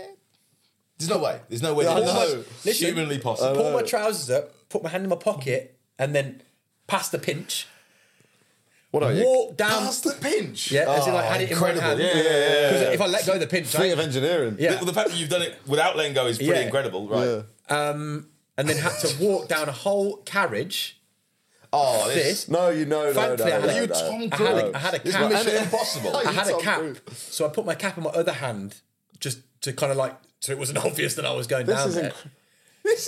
Speaker 2: There's no way. There's no way.
Speaker 1: I
Speaker 2: There's
Speaker 1: know.
Speaker 3: Listen.
Speaker 2: humanly
Speaker 3: pull
Speaker 2: possible.
Speaker 3: my trousers up, put my hand in my pocket, and then pass the pinch,
Speaker 1: What are you?
Speaker 3: walk down.
Speaker 2: Past the pinch.
Speaker 3: yeah, as in I had it in one
Speaker 2: incredible.
Speaker 3: hand.
Speaker 2: Yeah, yeah, yeah,
Speaker 3: 'Cause If I let go of the pinch,
Speaker 1: Fleet
Speaker 3: I,
Speaker 1: of engineering.
Speaker 3: yeah.
Speaker 2: The, the fact that you've done it without letting go is pretty
Speaker 3: Yeah.
Speaker 2: incredible, right?
Speaker 1: Yeah.
Speaker 3: and then had to walk down a whole carriage.
Speaker 2: Oh,
Speaker 3: This,
Speaker 2: this.
Speaker 1: No, you know, no, no,
Speaker 3: Thankfully, I
Speaker 1: no,
Speaker 3: had-
Speaker 2: Are you
Speaker 1: no.
Speaker 2: Tom
Speaker 3: I had,
Speaker 2: Cruise?
Speaker 3: a, I had a
Speaker 2: This
Speaker 3: cap.
Speaker 2: is Mission
Speaker 1: <laughs>
Speaker 2: Impossible.
Speaker 3: I had a
Speaker 1: Tom
Speaker 3: cap,
Speaker 1: Cruise.
Speaker 3: so I put my cap in my other hand just to kind of like so it wasn't <laughs> obvious that I was going down
Speaker 1: is
Speaker 3: there.
Speaker 1: inc-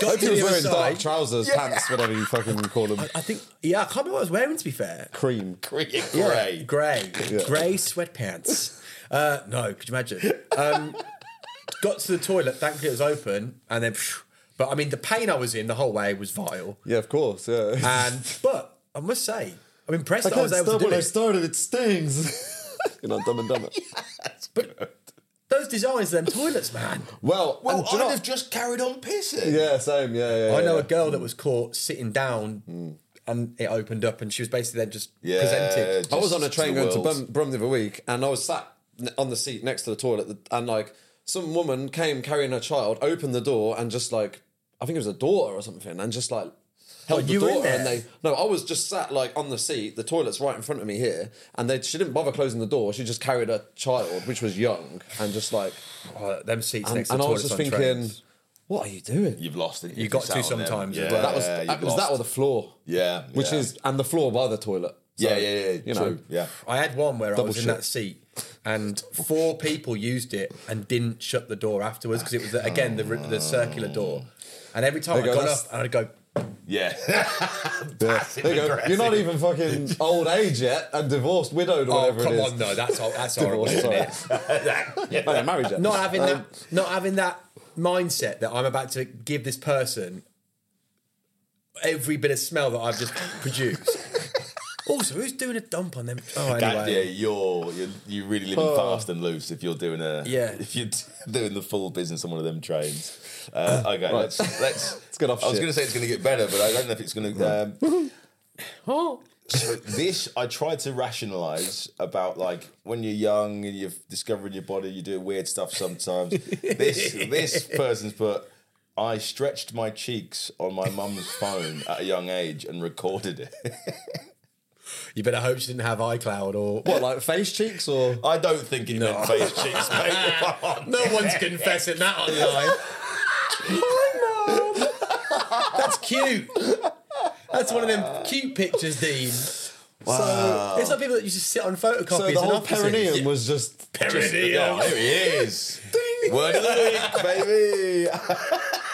Speaker 3: Got
Speaker 1: Hope
Speaker 3: to
Speaker 1: he
Speaker 3: the
Speaker 1: was
Speaker 3: other
Speaker 1: wearing dark
Speaker 3: side.
Speaker 1: trousers, pants, whatever you fucking call them.
Speaker 3: I think yeah, I can't remember what I was wearing. To be fair,
Speaker 1: Cream.
Speaker 2: Great.
Speaker 3: grey, grey sweatpants. Uh, no, could you imagine? Um, got to the toilet. Thankfully, it was open, and then. phew, but I mean, the pain I was in the whole way was vile.
Speaker 1: Yeah, of course. Yeah.
Speaker 3: And but I must say, I'm impressed
Speaker 1: I
Speaker 3: that I
Speaker 1: can't
Speaker 3: was able
Speaker 1: stop
Speaker 3: to do
Speaker 1: when I
Speaker 3: it.
Speaker 1: started. It stings. <laughs> you know, dumb and dumber.
Speaker 3: Those designs, of them toilets, man.
Speaker 1: Well,
Speaker 2: Well,
Speaker 1: and do you
Speaker 2: I'd
Speaker 1: know-
Speaker 2: have just carried on pissing.
Speaker 1: yeah, same. Yeah, yeah.
Speaker 3: I know
Speaker 1: yeah.
Speaker 3: a girl that was caught sitting down and it opened up and she was basically then just
Speaker 2: Yeah,
Speaker 3: presented.
Speaker 2: just
Speaker 1: I was on a train
Speaker 2: the
Speaker 1: going to
Speaker 2: world.
Speaker 1: Brum- Bromley the other week, and I was sat n- on the seat next to the toilet, and like some woman came carrying her child, opened the door, and just like I think it was a daughter or something, and just like
Speaker 2: Oh,
Speaker 1: held
Speaker 3: What,
Speaker 1: the
Speaker 3: you were in
Speaker 1: daughter, and
Speaker 3: there?
Speaker 1: they no, I was just sat like on the seat. The toilet's right in front of me here, and they she didn't bother closing the door. She just carried her child, which was young, and just like
Speaker 3: Oh, them seats
Speaker 1: and,
Speaker 3: next to
Speaker 1: and I was
Speaker 3: toilets
Speaker 1: just
Speaker 3: on
Speaker 1: thinking,
Speaker 3: trains.
Speaker 1: what are you doing?
Speaker 2: You've lost it.
Speaker 3: You got to sometimes as
Speaker 2: Yeah,
Speaker 3: well.
Speaker 1: that was
Speaker 2: you've
Speaker 1: that, was
Speaker 2: lost.
Speaker 1: that or the floor,
Speaker 2: Yeah.
Speaker 1: which
Speaker 2: yeah.
Speaker 1: is and the floor by the toilet.
Speaker 2: yeah, yeah, yeah.
Speaker 1: you
Speaker 2: true.
Speaker 1: know.
Speaker 2: yeah. <laughs>
Speaker 3: I had one where I was in
Speaker 1: shit.
Speaker 3: that seat, and four people used it and didn't shut the door afterwards because it was the, again the, the circular door. And every time I
Speaker 1: There you
Speaker 3: got
Speaker 1: go,
Speaker 3: up,
Speaker 1: that's-
Speaker 3: and I'd go,
Speaker 2: Yeah.
Speaker 1: There you go. You're not even fucking old age yet and divorced, widowed, or
Speaker 3: "Oh
Speaker 1: whatever
Speaker 3: come
Speaker 1: it is.
Speaker 3: on, no, that's hor- that's horrible,
Speaker 1: Divorced,
Speaker 3: isn't
Speaker 1: sorry.
Speaker 3: it?" <laughs>
Speaker 1: Oh, yeah, married yet.
Speaker 3: Not having that, not having that mindset that I'm about to give this person every bit of smell that I've just produced. <laughs> also, who's doing a dump on them? Oh,
Speaker 2: That, yeah,
Speaker 3: anyway.
Speaker 2: you're, you're you really living fast and loose if you're doing a <laughs>
Speaker 3: Yeah.
Speaker 2: if you're doing the full business on one of them trains. Uh, okay, let's let's let's
Speaker 1: get off
Speaker 2: I was
Speaker 1: shit.
Speaker 2: going to say it's going to get better, but I don't know if it's going to. Um, <laughs> so this I tried to rationalize about like when you're young and you're discovering your body, you do weird stuff sometimes. this this person's put. I stretched my cheeks on my mum's phone at a young age and recorded it. <laughs>
Speaker 3: You better hope she didn't have iCloud or
Speaker 1: What, like face cheeks or?
Speaker 2: I don't think it meant face cheeks, mate. if I'm honest.
Speaker 3: No one's confessing that online. That's cute. That's one of them cute pictures, Dean. So it's like people that used to sit on photocopies.
Speaker 1: So the
Speaker 3: in
Speaker 1: whole
Speaker 3: offices.
Speaker 1: perineum was just.
Speaker 2: Yeah, oh, there he <laughs> is. Word of the week, baby. <laughs>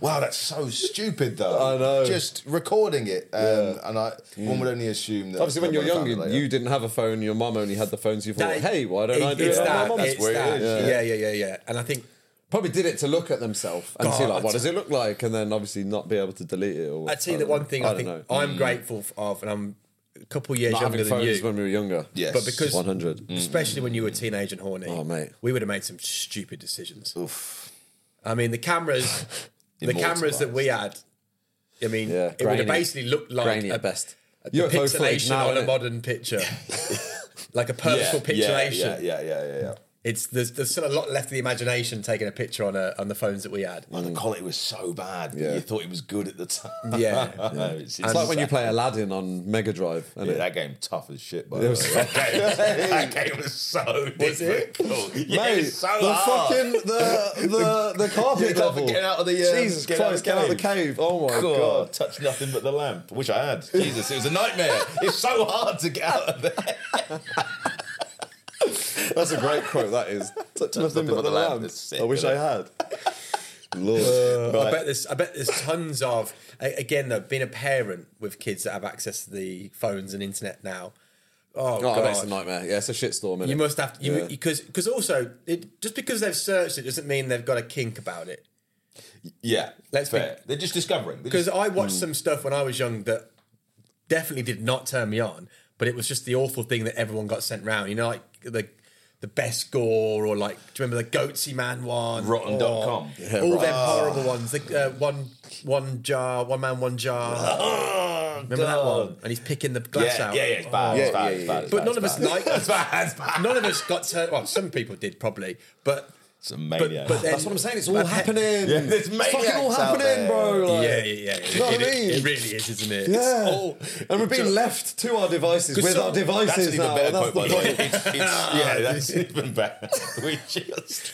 Speaker 2: wow, that's so stupid, though.
Speaker 1: I know.
Speaker 2: Just recording it, um, and I one would only assume that.
Speaker 1: Obviously, when you're
Speaker 2: someone
Speaker 1: young,
Speaker 2: found it
Speaker 1: you,
Speaker 2: later.
Speaker 1: you didn't have a phone. Your mum only had the phone. So you thought,
Speaker 3: That-
Speaker 1: "Hey, why don't I do
Speaker 3: it's
Speaker 1: it?" on my
Speaker 3: That,
Speaker 1: mum's
Speaker 3: it's
Speaker 1: phone?"
Speaker 3: that.
Speaker 2: it is,
Speaker 3: Yeah. yeah, yeah, yeah, And I think
Speaker 1: <laughs> Probably did it to look at themselves and see
Speaker 3: God,
Speaker 1: like, what
Speaker 3: I
Speaker 1: does it look like, and then obviously not be able to delete it. Or
Speaker 3: I tell you the
Speaker 1: don't
Speaker 3: one
Speaker 1: know.
Speaker 3: thing
Speaker 1: I,
Speaker 3: I,
Speaker 1: don't
Speaker 3: think
Speaker 1: know. Mm.
Speaker 3: I'm grateful of, and I'm a couple years
Speaker 1: Not
Speaker 3: younger
Speaker 1: having
Speaker 3: than
Speaker 1: phones
Speaker 3: you.
Speaker 1: when we were younger.
Speaker 2: Yes.
Speaker 3: But because Mm,
Speaker 1: one hundred.
Speaker 3: especially when you were a teenage and horny.
Speaker 1: Mm. Oh, mate.
Speaker 3: we would have made some stupid decisions. I mean,
Speaker 1: <laughs>
Speaker 3: the cameras, the cameras that we had. I mean,
Speaker 1: Yeah,
Speaker 3: it would
Speaker 1: grainy.
Speaker 3: have basically looked like
Speaker 1: Grainy
Speaker 3: a
Speaker 1: at best.
Speaker 3: the
Speaker 1: You're at close range
Speaker 3: pixelation
Speaker 1: now,
Speaker 3: on a
Speaker 1: innit? <laughs>
Speaker 3: modern picture, like a purposeful
Speaker 2: yeah,
Speaker 3: pixelation.
Speaker 2: yeah, yeah, yeah, yeah, yeah.
Speaker 3: It's there's, there's still a lot left of the imagination taking a picture on a, on the phones that we had.
Speaker 2: Like the quality was so bad, but
Speaker 1: Yeah.
Speaker 2: you thought it was good at the <laughs> time.
Speaker 3: Yeah.
Speaker 2: it's,
Speaker 1: It's like when you play Aladdin on Mega Drive. isn't
Speaker 2: Yeah,
Speaker 1: it?
Speaker 2: that game tough as shit. By
Speaker 1: It
Speaker 2: the
Speaker 1: was-
Speaker 2: way. that, game, that game was so
Speaker 3: Was it?
Speaker 2: difficult. <laughs> Yeah,
Speaker 1: Mate,
Speaker 2: it was so
Speaker 1: the
Speaker 2: hard.
Speaker 1: fucking
Speaker 2: <laughs>
Speaker 1: the the the
Speaker 2: Yeah,
Speaker 1: carpet
Speaker 2: get out-
Speaker 1: level.
Speaker 2: get out of the, um,
Speaker 1: Jesus
Speaker 2: get out
Speaker 1: Christ,
Speaker 2: of the
Speaker 1: get out of the cave! Oh my
Speaker 2: God,
Speaker 1: god!
Speaker 2: touch nothing but the lamp. Wish I had. Jesus, it was a
Speaker 3: <laughs>
Speaker 2: nightmare. it's so hard to get out of there.
Speaker 1: That's a great quote. That <laughs> is touch nothing but the lamp.
Speaker 2: That's sick,
Speaker 1: I wish I
Speaker 2: isn't Oh,
Speaker 1: had. Lord,
Speaker 3: I bet there's I bet there's tons of a- again though being a parent with kids that have access to the phones and internet now. Oh,
Speaker 1: oh, that's a
Speaker 3: god,
Speaker 1: nightmare. Yeah, it's a shitstorm. innit?
Speaker 3: you must have you
Speaker 1: Yeah.
Speaker 3: because because also it, just because they've searched it doesn't mean they've got a kink about it.
Speaker 2: Yeah,
Speaker 3: Let's
Speaker 2: fair.
Speaker 3: be-
Speaker 2: They're just discovering. They're
Speaker 3: Because
Speaker 2: just-
Speaker 3: I watched some stuff when I was young that definitely did not turn me on, but it was just the awful thing that everyone got sent round. You know, like the the best gore or like do you remember the Goatsy Man one?
Speaker 2: Rotten dot com. Ah.
Speaker 3: Or all them horrible ones. The uh, one one jar, one man, one jar.
Speaker 2: Oh,
Speaker 3: Remember that
Speaker 2: God.
Speaker 3: one? And he's picking the
Speaker 2: Yeah,
Speaker 3: glass
Speaker 2: yeah,
Speaker 3: out.
Speaker 2: yeah, it's bad. it's
Speaker 1: Yeah,
Speaker 2: bad,
Speaker 1: yeah,
Speaker 2: it's bad,
Speaker 1: yeah.
Speaker 2: it's
Speaker 3: But
Speaker 2: bad,
Speaker 3: none of
Speaker 2: it's
Speaker 3: us
Speaker 2: bad.
Speaker 3: like
Speaker 2: It's bad. It's bad.
Speaker 3: None of us got turned. Well, some people did probably, but
Speaker 2: It's a
Speaker 3: but,
Speaker 2: maniac.
Speaker 3: but then,
Speaker 1: That's what I'm saying. It's all
Speaker 3: but he-
Speaker 1: happening.
Speaker 2: Yeah, <laughs> there's
Speaker 1: it's fucking all
Speaker 2: maniacs out
Speaker 1: happening,
Speaker 2: there.
Speaker 1: bro. Like,
Speaker 3: Yeah, yeah, yeah. It,
Speaker 1: You know what I
Speaker 3: it,
Speaker 1: mean?
Speaker 3: it really is, isn't it?
Speaker 1: Yeah.
Speaker 2: all-
Speaker 1: and we're being
Speaker 2: So-
Speaker 1: left to our devices
Speaker 3: 'Cause
Speaker 1: with
Speaker 3: some-
Speaker 1: our
Speaker 2: <laughs> That's an
Speaker 1: devices
Speaker 2: even
Speaker 1: now.
Speaker 2: better
Speaker 1: and that's
Speaker 2: quote,
Speaker 1: the
Speaker 2: by the way.
Speaker 1: point.
Speaker 2: It's, it's,
Speaker 3: <laughs>
Speaker 2: yeah, that's even better. <laughs> We just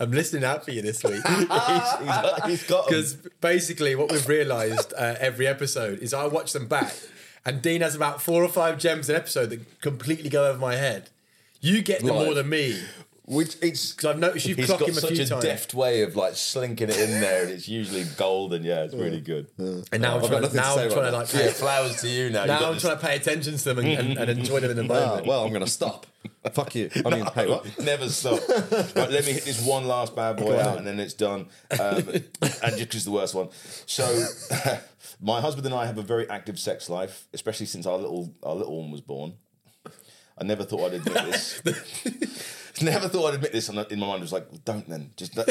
Speaker 3: I'm listening out for you
Speaker 1: <laughs>
Speaker 3: this week.
Speaker 2: he's got 'em.
Speaker 3: Because basically, what we've realised uh, every episode is I watch them back, and Dean has about four or five gems an episode that completely go over my head. You get them
Speaker 1: Right.
Speaker 3: more than me
Speaker 2: Which <laughs> it's
Speaker 3: because I've noticed you
Speaker 2: He's
Speaker 3: clock
Speaker 2: got
Speaker 3: him a
Speaker 2: such
Speaker 3: few
Speaker 2: a
Speaker 3: times,
Speaker 2: deft way of like slinking it in there, and it's usually golden. Yeah, it's really good.
Speaker 3: and now I'm
Speaker 1: I've got
Speaker 3: trying,
Speaker 1: nothing to
Speaker 3: now
Speaker 1: say
Speaker 3: I'm
Speaker 1: right
Speaker 3: trying to
Speaker 1: now.
Speaker 3: like
Speaker 2: Yeah,
Speaker 3: pay,
Speaker 2: flowers to you now.
Speaker 3: now I'm trying to pay attention to them and, and, and enjoy them in
Speaker 1: <laughs>
Speaker 3: the
Speaker 1: Ah,
Speaker 3: moment.
Speaker 1: <laughs> well, I'm going to stop. Fuck you. I mean, hey, what?
Speaker 2: <laughs> Never stop. Right, let me hit this one last bad boy out, and then it's done.
Speaker 1: <laughs>
Speaker 2: Um, and just because the worst one. So, <laughs> my husband and I have a very active sex life, especially since our little our little one was born. I never thought I'd admit
Speaker 1: <laughs>
Speaker 2: this. never thought I'd admit this, and in my mind, I was like, "Don't then."
Speaker 1: <laughs>
Speaker 2: Just. Don't.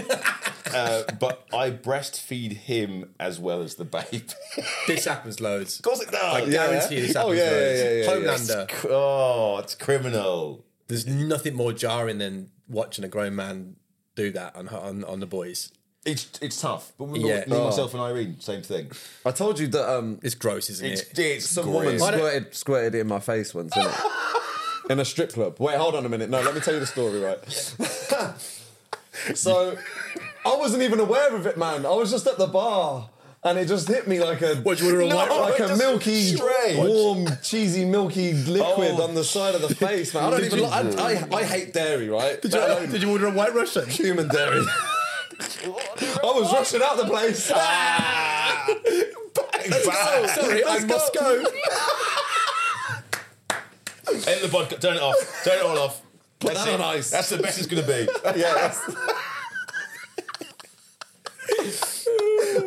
Speaker 2: Uh, but I breastfeed him as well as the baby. <laughs>
Speaker 3: this happens loads.
Speaker 2: Of course it does.
Speaker 3: I guarantee you this
Speaker 1: Oh,
Speaker 3: happens
Speaker 1: yeah,
Speaker 3: loads.
Speaker 1: yeah, yeah, yeah,
Speaker 3: Homelander.
Speaker 2: Oh, it's criminal.
Speaker 3: There's nothing more jarring than watching a grown man do that on on, on the boys.
Speaker 2: It's it's tough. But we,
Speaker 3: Yeah.
Speaker 2: me, myself, and Irene, same thing.
Speaker 1: I told you that um,
Speaker 3: It's gross, isn't
Speaker 2: It's,
Speaker 3: it?
Speaker 2: it's
Speaker 1: some
Speaker 2: grim.
Speaker 1: woman
Speaker 3: Why don't-
Speaker 1: squirted, squirted it in my face once, innit? <laughs> in a strip club. Wait, hold on a minute. No, let me tell you the story, right? <laughs> so, I wasn't even aware of it, man. I was just at the bar. and it just hit me like a
Speaker 3: What, do
Speaker 1: <laughs>
Speaker 3: you order a white
Speaker 1: like
Speaker 2: rice?
Speaker 1: a milky,
Speaker 2: Straight.
Speaker 1: warm, cheesy, milky liquid
Speaker 2: Oh.
Speaker 1: on the side of the face, man. I don't even. li- I, I, I hate dairy, right? Did
Speaker 3: <laughs> Did you- Did you order a white <laughs> Russian?
Speaker 1: human dairy? <laughs> I was rushing out the place. Ah. <laughs>
Speaker 2: Bang.
Speaker 3: Sorry, I must go.
Speaker 2: End the vodka. Turn it off. Turn it all off. Put
Speaker 1: that on ice.
Speaker 2: That's the best it's going to <laughs> be.
Speaker 1: yeah,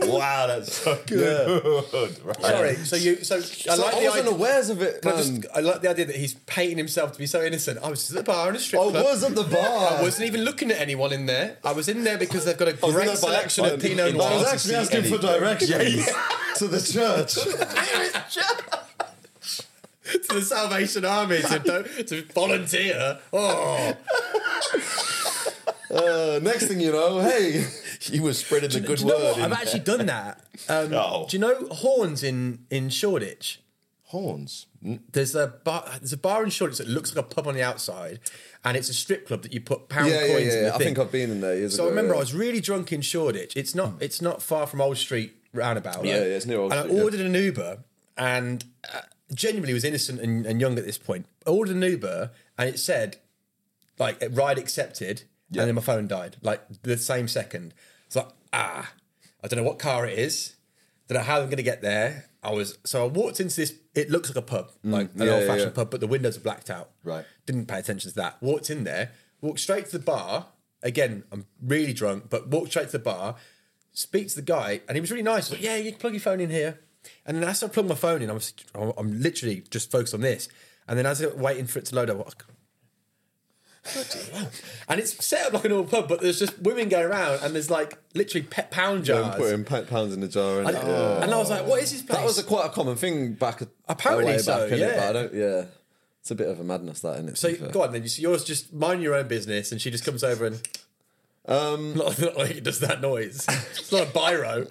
Speaker 2: wow, that's so good. Right.
Speaker 3: Sorry. So you. So I
Speaker 1: I,
Speaker 3: like
Speaker 1: I
Speaker 3: the
Speaker 1: wasn't
Speaker 3: idea.
Speaker 1: aware of it.
Speaker 3: Can I,
Speaker 1: man.
Speaker 3: just, I like the idea that he's painting himself to be so innocent. I was just at the bar in a strip
Speaker 1: I
Speaker 3: club.
Speaker 1: was at the bar.
Speaker 3: <laughs> I wasn't even looking at anyone in there. I was in there because they've got a
Speaker 1: I was
Speaker 3: great
Speaker 1: there by
Speaker 3: selection of
Speaker 1: accident.
Speaker 3: Pinot
Speaker 1: I
Speaker 3: Noirs.
Speaker 1: was actually asking for directions to the church.
Speaker 3: to the Salvation Army to, do- to volunteer. Oh,
Speaker 1: <laughs> Uh, next thing you know, hey,
Speaker 2: You were spreading the good
Speaker 3: do you know
Speaker 2: word.
Speaker 3: what?
Speaker 2: in
Speaker 3: I've actually done that. Um,
Speaker 2: Oh.
Speaker 3: Do you know Horns in in Shoreditch?
Speaker 2: horns.
Speaker 3: There's a bar. There's a bar in Shoreditch that looks like a pub on the outside, and it's a strip club that you put
Speaker 1: <laughs>
Speaker 3: pound
Speaker 1: yeah, yeah,
Speaker 3: coins in.
Speaker 1: yeah.
Speaker 3: The
Speaker 1: I
Speaker 3: thing.
Speaker 1: think I've been in there years
Speaker 3: So
Speaker 1: ago.
Speaker 3: I remember
Speaker 1: yeah. Hmm.
Speaker 3: I was really drunk in Shoreditch. It's not it's not far from Old Street roundabout.
Speaker 1: Yeah, yeah, it's near Old
Speaker 3: and
Speaker 1: Street,
Speaker 3: I
Speaker 1: yeah.
Speaker 3: ordered an Uber and uh, genuinely was innocent and, and young at this point. I ordered an Uber and it said like ride accepted, and then my phone died like the same second. It's like ah, I don't know what car it is. Don't know how I'm going to get there. I was so I walked into this. It looks like a pub, like an
Speaker 1: Hmm. yeah,
Speaker 3: old fashioned
Speaker 1: yeah.
Speaker 3: pub, but the windows are blacked out.
Speaker 1: Right.
Speaker 3: Didn't pay attention to that. Walked in there, walked straight to the bar. Again, I'm really drunk, but walked straight to the bar. Speak to the guy, and he was really nice. He was like, yeah, you can plug your phone in here. And then as I plug my phone in, I was, I'm literally just focused on this. And then as I'm waiting for it to load, I was like, and it's set up like an old pub, but there's just women going around, and there's like literally pet pound
Speaker 1: Putting-
Speaker 3: jars.
Speaker 1: putting pa- pounds in the jar. And, "Oh."
Speaker 3: And, and I was like, what is this place?
Speaker 1: That was a, quite a common thing back a-
Speaker 3: Apparently
Speaker 1: a way
Speaker 3: so,
Speaker 1: back, innit?
Speaker 3: yeah.
Speaker 1: But I don't. Yeah, it's a bit of a madness that in it.
Speaker 3: So go on then. You- So yours just mind your own business, and she just comes over and. Um, <laughs> not, not like it does that noise. It's not a biro.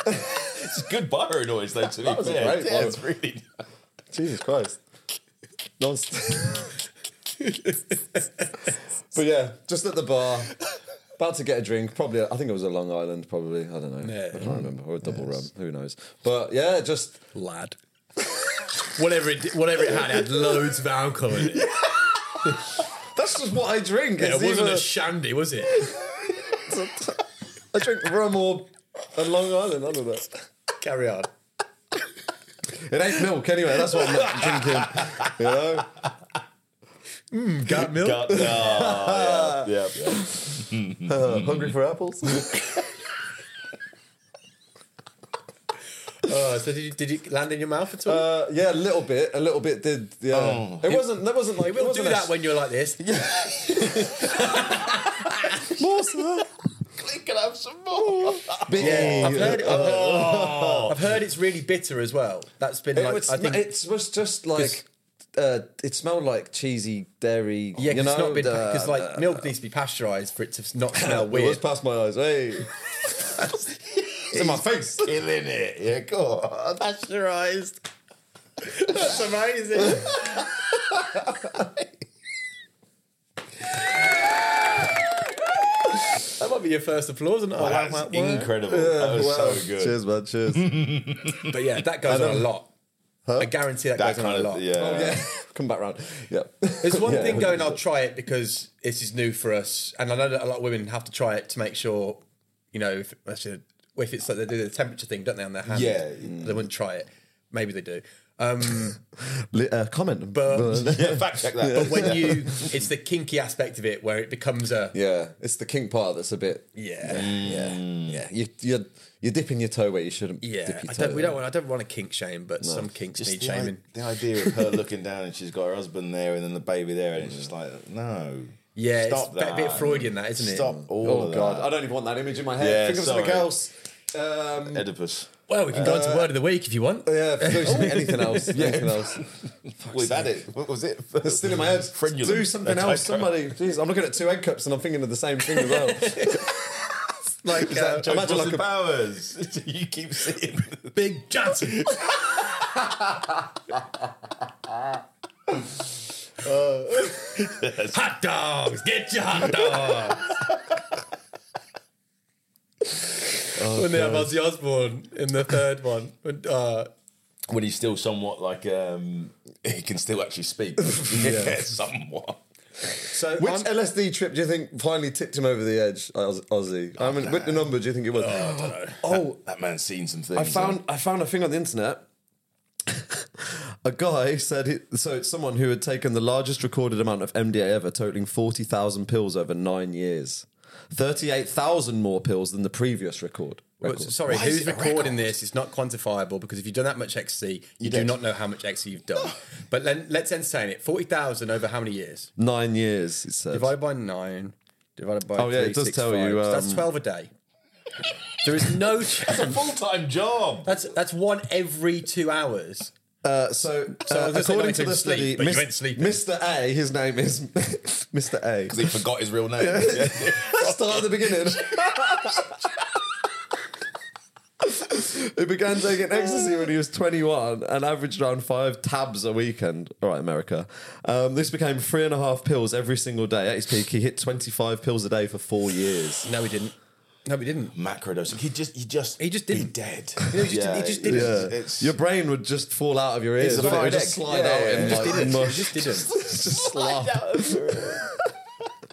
Speaker 3: <laughs>
Speaker 2: It's good bar noise, though, to be
Speaker 1: was a
Speaker 2: fair.
Speaker 1: great
Speaker 2: yeah,
Speaker 1: one.
Speaker 2: it's really <laughs>
Speaker 1: Jesus Christ. Non- but yeah, just at the bar, about to get a drink. Probably, I think it was a Long Island. Probably, I don't know.
Speaker 3: Yeah.
Speaker 1: I can't remember. Or a double rum. Who knows? But yeah, just
Speaker 3: Lad. whatever it whatever it had, it had loads of alcohol in <laughs> it.
Speaker 1: that's just what I drink.
Speaker 3: it
Speaker 1: It's
Speaker 3: wasn't
Speaker 1: either-
Speaker 3: a shandy, was it?
Speaker 1: I drink rum or a Long Island. I don't know.
Speaker 3: Carry on.
Speaker 1: It ain't milk anyway. That's what I'm not drinking.
Speaker 3: <laughs>
Speaker 1: You know.
Speaker 3: Got milk?
Speaker 2: gut. Ah, yeah, yeah, yeah.
Speaker 1: Uh, hungry for apples?
Speaker 3: Oh, so did you, did it land in your mouth at all?
Speaker 1: uh, yeah, a little bit. A little bit did. Yeah. It wasn't. That wasn't like.
Speaker 3: it will Oh. do
Speaker 1: wasn't a-
Speaker 3: that when you're like this.
Speaker 2: Can I have some more?
Speaker 3: I've, heard, I've, heard, I've heard it's really bitter as well. That's been
Speaker 1: It
Speaker 3: like
Speaker 1: was,
Speaker 3: I think
Speaker 1: it was just like uh, it smelled like cheesy dairy.
Speaker 3: yeah, 'cause
Speaker 1: you know,
Speaker 3: it's not been
Speaker 1: the- uh,
Speaker 3: because like milk needs to be pasteurized for uh, <laughs> it to not smell
Speaker 1: It was
Speaker 3: weird.
Speaker 1: past my eyes. Hey, <laughs> it's in my face.
Speaker 2: Killing it. Yeah, go on.
Speaker 3: pasteurized. That's amazing. that might be your first applause, and oh,
Speaker 2: That's
Speaker 3: wow, wow, wow.
Speaker 2: incredible. that was
Speaker 1: Wow. <laughs>
Speaker 2: so good.
Speaker 1: Cheers, man. Cheers.
Speaker 3: But yeah, that goes on a lot. I guarantee that,
Speaker 2: That
Speaker 3: goes on
Speaker 2: kind
Speaker 3: a lot.
Speaker 2: of, yeah.
Speaker 1: Oh, yeah, come back round. <laughs> Yeah.
Speaker 3: There's one thing going, I'll try it because this is new for us. And I know that a lot of women have to try it to make sure, you know, if, actually, if it's like they do the temperature thing, don't they, on their hand?
Speaker 2: Yeah.
Speaker 3: They wouldn't try it. Maybe they do. Um,
Speaker 1: Li- uh, comment,
Speaker 3: But-
Speaker 2: Yeah, fact check that.
Speaker 3: but when
Speaker 2: <laughs>
Speaker 3: you, it's the kinky aspect of it where it becomes
Speaker 1: <laughs>
Speaker 3: a,
Speaker 1: <laughs> yeah, it's the kink part that's a bit.
Speaker 3: yeah,
Speaker 1: Yeah, yeah. You, you're you're dipping your toe where you shouldn't.
Speaker 3: Mm. yeah.
Speaker 1: dip your
Speaker 3: I
Speaker 1: toe
Speaker 3: don't, we
Speaker 1: in.
Speaker 3: don't want, I don't want to kink shame, but some kinks
Speaker 2: Just
Speaker 3: need
Speaker 2: the, i-
Speaker 3: shaming.
Speaker 2: the idea of her looking down and she's got her husband there and then the baby there and it's just like no
Speaker 3: Yeah, it's
Speaker 2: stop
Speaker 3: a bit-
Speaker 2: that
Speaker 3: bit Freudian, that, isn't it?
Speaker 2: stop all
Speaker 1: Oh
Speaker 2: of
Speaker 1: god, I
Speaker 2: that
Speaker 1: don't even want that image in my head.
Speaker 2: Yeah,
Speaker 1: Think of something
Speaker 2: sorry.
Speaker 1: else. Um,
Speaker 2: Oedipus
Speaker 3: Well, we can go on to word of the week if you want.
Speaker 1: yeah, anything
Speaker 3: <laughs>
Speaker 1: else? Anything else?
Speaker 2: we've had it what was it
Speaker 1: It's still in my head.
Speaker 2: Frenulum.
Speaker 1: Do something
Speaker 2: That's
Speaker 1: else,
Speaker 2: right.
Speaker 1: somebody. Jeez, I'm looking at two egg cups and I'm thinking of the same thing as well.
Speaker 3: Like, uh,
Speaker 2: Joe
Speaker 1: imagine
Speaker 2: Wilson
Speaker 1: like a-
Speaker 2: Powers <laughs> you keep seeing
Speaker 3: <laughs> Big Johnson. hot dogs, get your hot dogs. when they have Ozzy Osbourne in the third one. When, uh,
Speaker 2: <laughs> when he's still somewhat like um, he can still actually
Speaker 3: <laughs>
Speaker 2: speak. <laughs> yeah, somewhat.
Speaker 1: So which LSD trip do you think finally tipped him over the edge, Oz- Ozzy? I mean, what number do you think it was? oh
Speaker 2: That man's seen some things.
Speaker 1: I
Speaker 2: <laughs>
Speaker 1: found I found a thing on the internet. <laughs> a guy said he, so. It's someone who had taken the largest recorded amount of MDA ever, totaling forty thousand pills over nine years. Thirty-eight thousand more pills than the previous record.
Speaker 3: but
Speaker 1: record.
Speaker 3: sorry, who's recording this? It's not quantifiable because if you've done that much ecstasy, you do not know how much ecstasy you've done. but then, let's entertain it. 40,0and over how many years?
Speaker 1: Nine years. It says.
Speaker 3: Divided by nine. Divided by
Speaker 1: Oh, yeah, it
Speaker 3: three,
Speaker 1: does
Speaker 3: six,
Speaker 1: tell
Speaker 3: five.
Speaker 1: you,
Speaker 3: So that's
Speaker 1: um,
Speaker 3: twelve a day. there is no chance.
Speaker 2: full time
Speaker 3: <laughs>
Speaker 2: job.
Speaker 3: That's that's one every two hours.
Speaker 1: Uh, so,
Speaker 3: So I
Speaker 1: uh,
Speaker 3: was gonna say
Speaker 1: according
Speaker 3: not
Speaker 1: to the
Speaker 3: include sleep,
Speaker 1: study,
Speaker 3: but you
Speaker 1: Mis-
Speaker 3: ain't sleeping.
Speaker 1: Mr. A, his name is <laughs> Mr. A.
Speaker 2: He forgot his real name. Yeah.
Speaker 1: Start at the beginning. He began taking ecstasy when he was 21 and averaged around five tabs a weekend. All right, America. Um, this became three and a half pills every single day. At his peak, he hit 25 pills a day for four years.
Speaker 3: No, we didn't. No, we didn't.
Speaker 2: Macrodosing. He just, he just,
Speaker 3: He just didn't.
Speaker 2: be dead.
Speaker 3: <laughs> He just, he just didn't.
Speaker 1: Yeah.
Speaker 2: It's-
Speaker 1: Your brain would just fall out of your ears.
Speaker 2: a
Speaker 1: wouldn't it? It would
Speaker 2: fried
Speaker 1: just
Speaker 2: egg.
Speaker 1: slide
Speaker 2: Yeah,
Speaker 1: out
Speaker 2: yeah,
Speaker 1: and
Speaker 2: yeah.
Speaker 1: like,
Speaker 3: Just
Speaker 2: <laughs>
Speaker 3: didn't.
Speaker 1: mush.
Speaker 3: Just didn't.
Speaker 1: <laughs> just slop.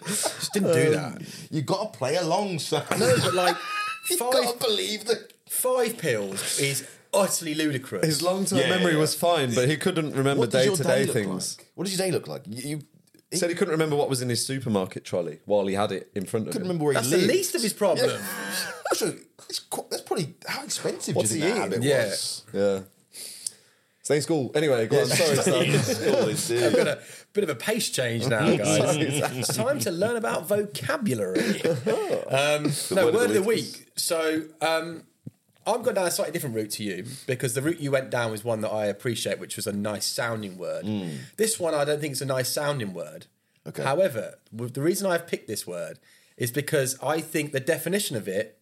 Speaker 3: Just didn't
Speaker 1: Um,
Speaker 3: do that.
Speaker 2: You got to play along, son.
Speaker 3: No, but like
Speaker 2: <laughs> you
Speaker 3: five
Speaker 2: got to believe that.
Speaker 3: five pills is utterly ludicrous.
Speaker 1: His long term
Speaker 2: Yeah, yeah,
Speaker 1: memory
Speaker 2: yeah.
Speaker 1: was fine, but he couldn't remember
Speaker 2: does
Speaker 1: day
Speaker 2: your
Speaker 1: to day
Speaker 2: look
Speaker 1: things.
Speaker 2: Like? What does your day look like? You, you
Speaker 1: He said he couldn't remember what was in his supermarket trolley while he had it in front of
Speaker 2: couldn't
Speaker 1: him.
Speaker 2: remember where
Speaker 3: that's
Speaker 2: he
Speaker 3: the
Speaker 2: lived.
Speaker 3: least of his problem.
Speaker 2: Also, it's qu- that's probably how expensive
Speaker 1: What's
Speaker 2: do you
Speaker 1: he
Speaker 2: think that habit
Speaker 1: eating?
Speaker 3: Yeah. <laughs>
Speaker 2: was?
Speaker 1: Yeah. Stay in school. Anyway, go on. Sorry, Stan. <laughs>
Speaker 3: I've got a bit of a pace change <laughs> now, guys. it's time to learn about <laughs> vocabulary. Um, no, word, of the week. So um, I've gone down a slightly different route to you because the route you went down was one that I appreciate, which was a nice sounding word. This one I don't think is a nice sounding word.
Speaker 2: Okay.
Speaker 3: However, w- the reason I've picked this word is because I think the definition of it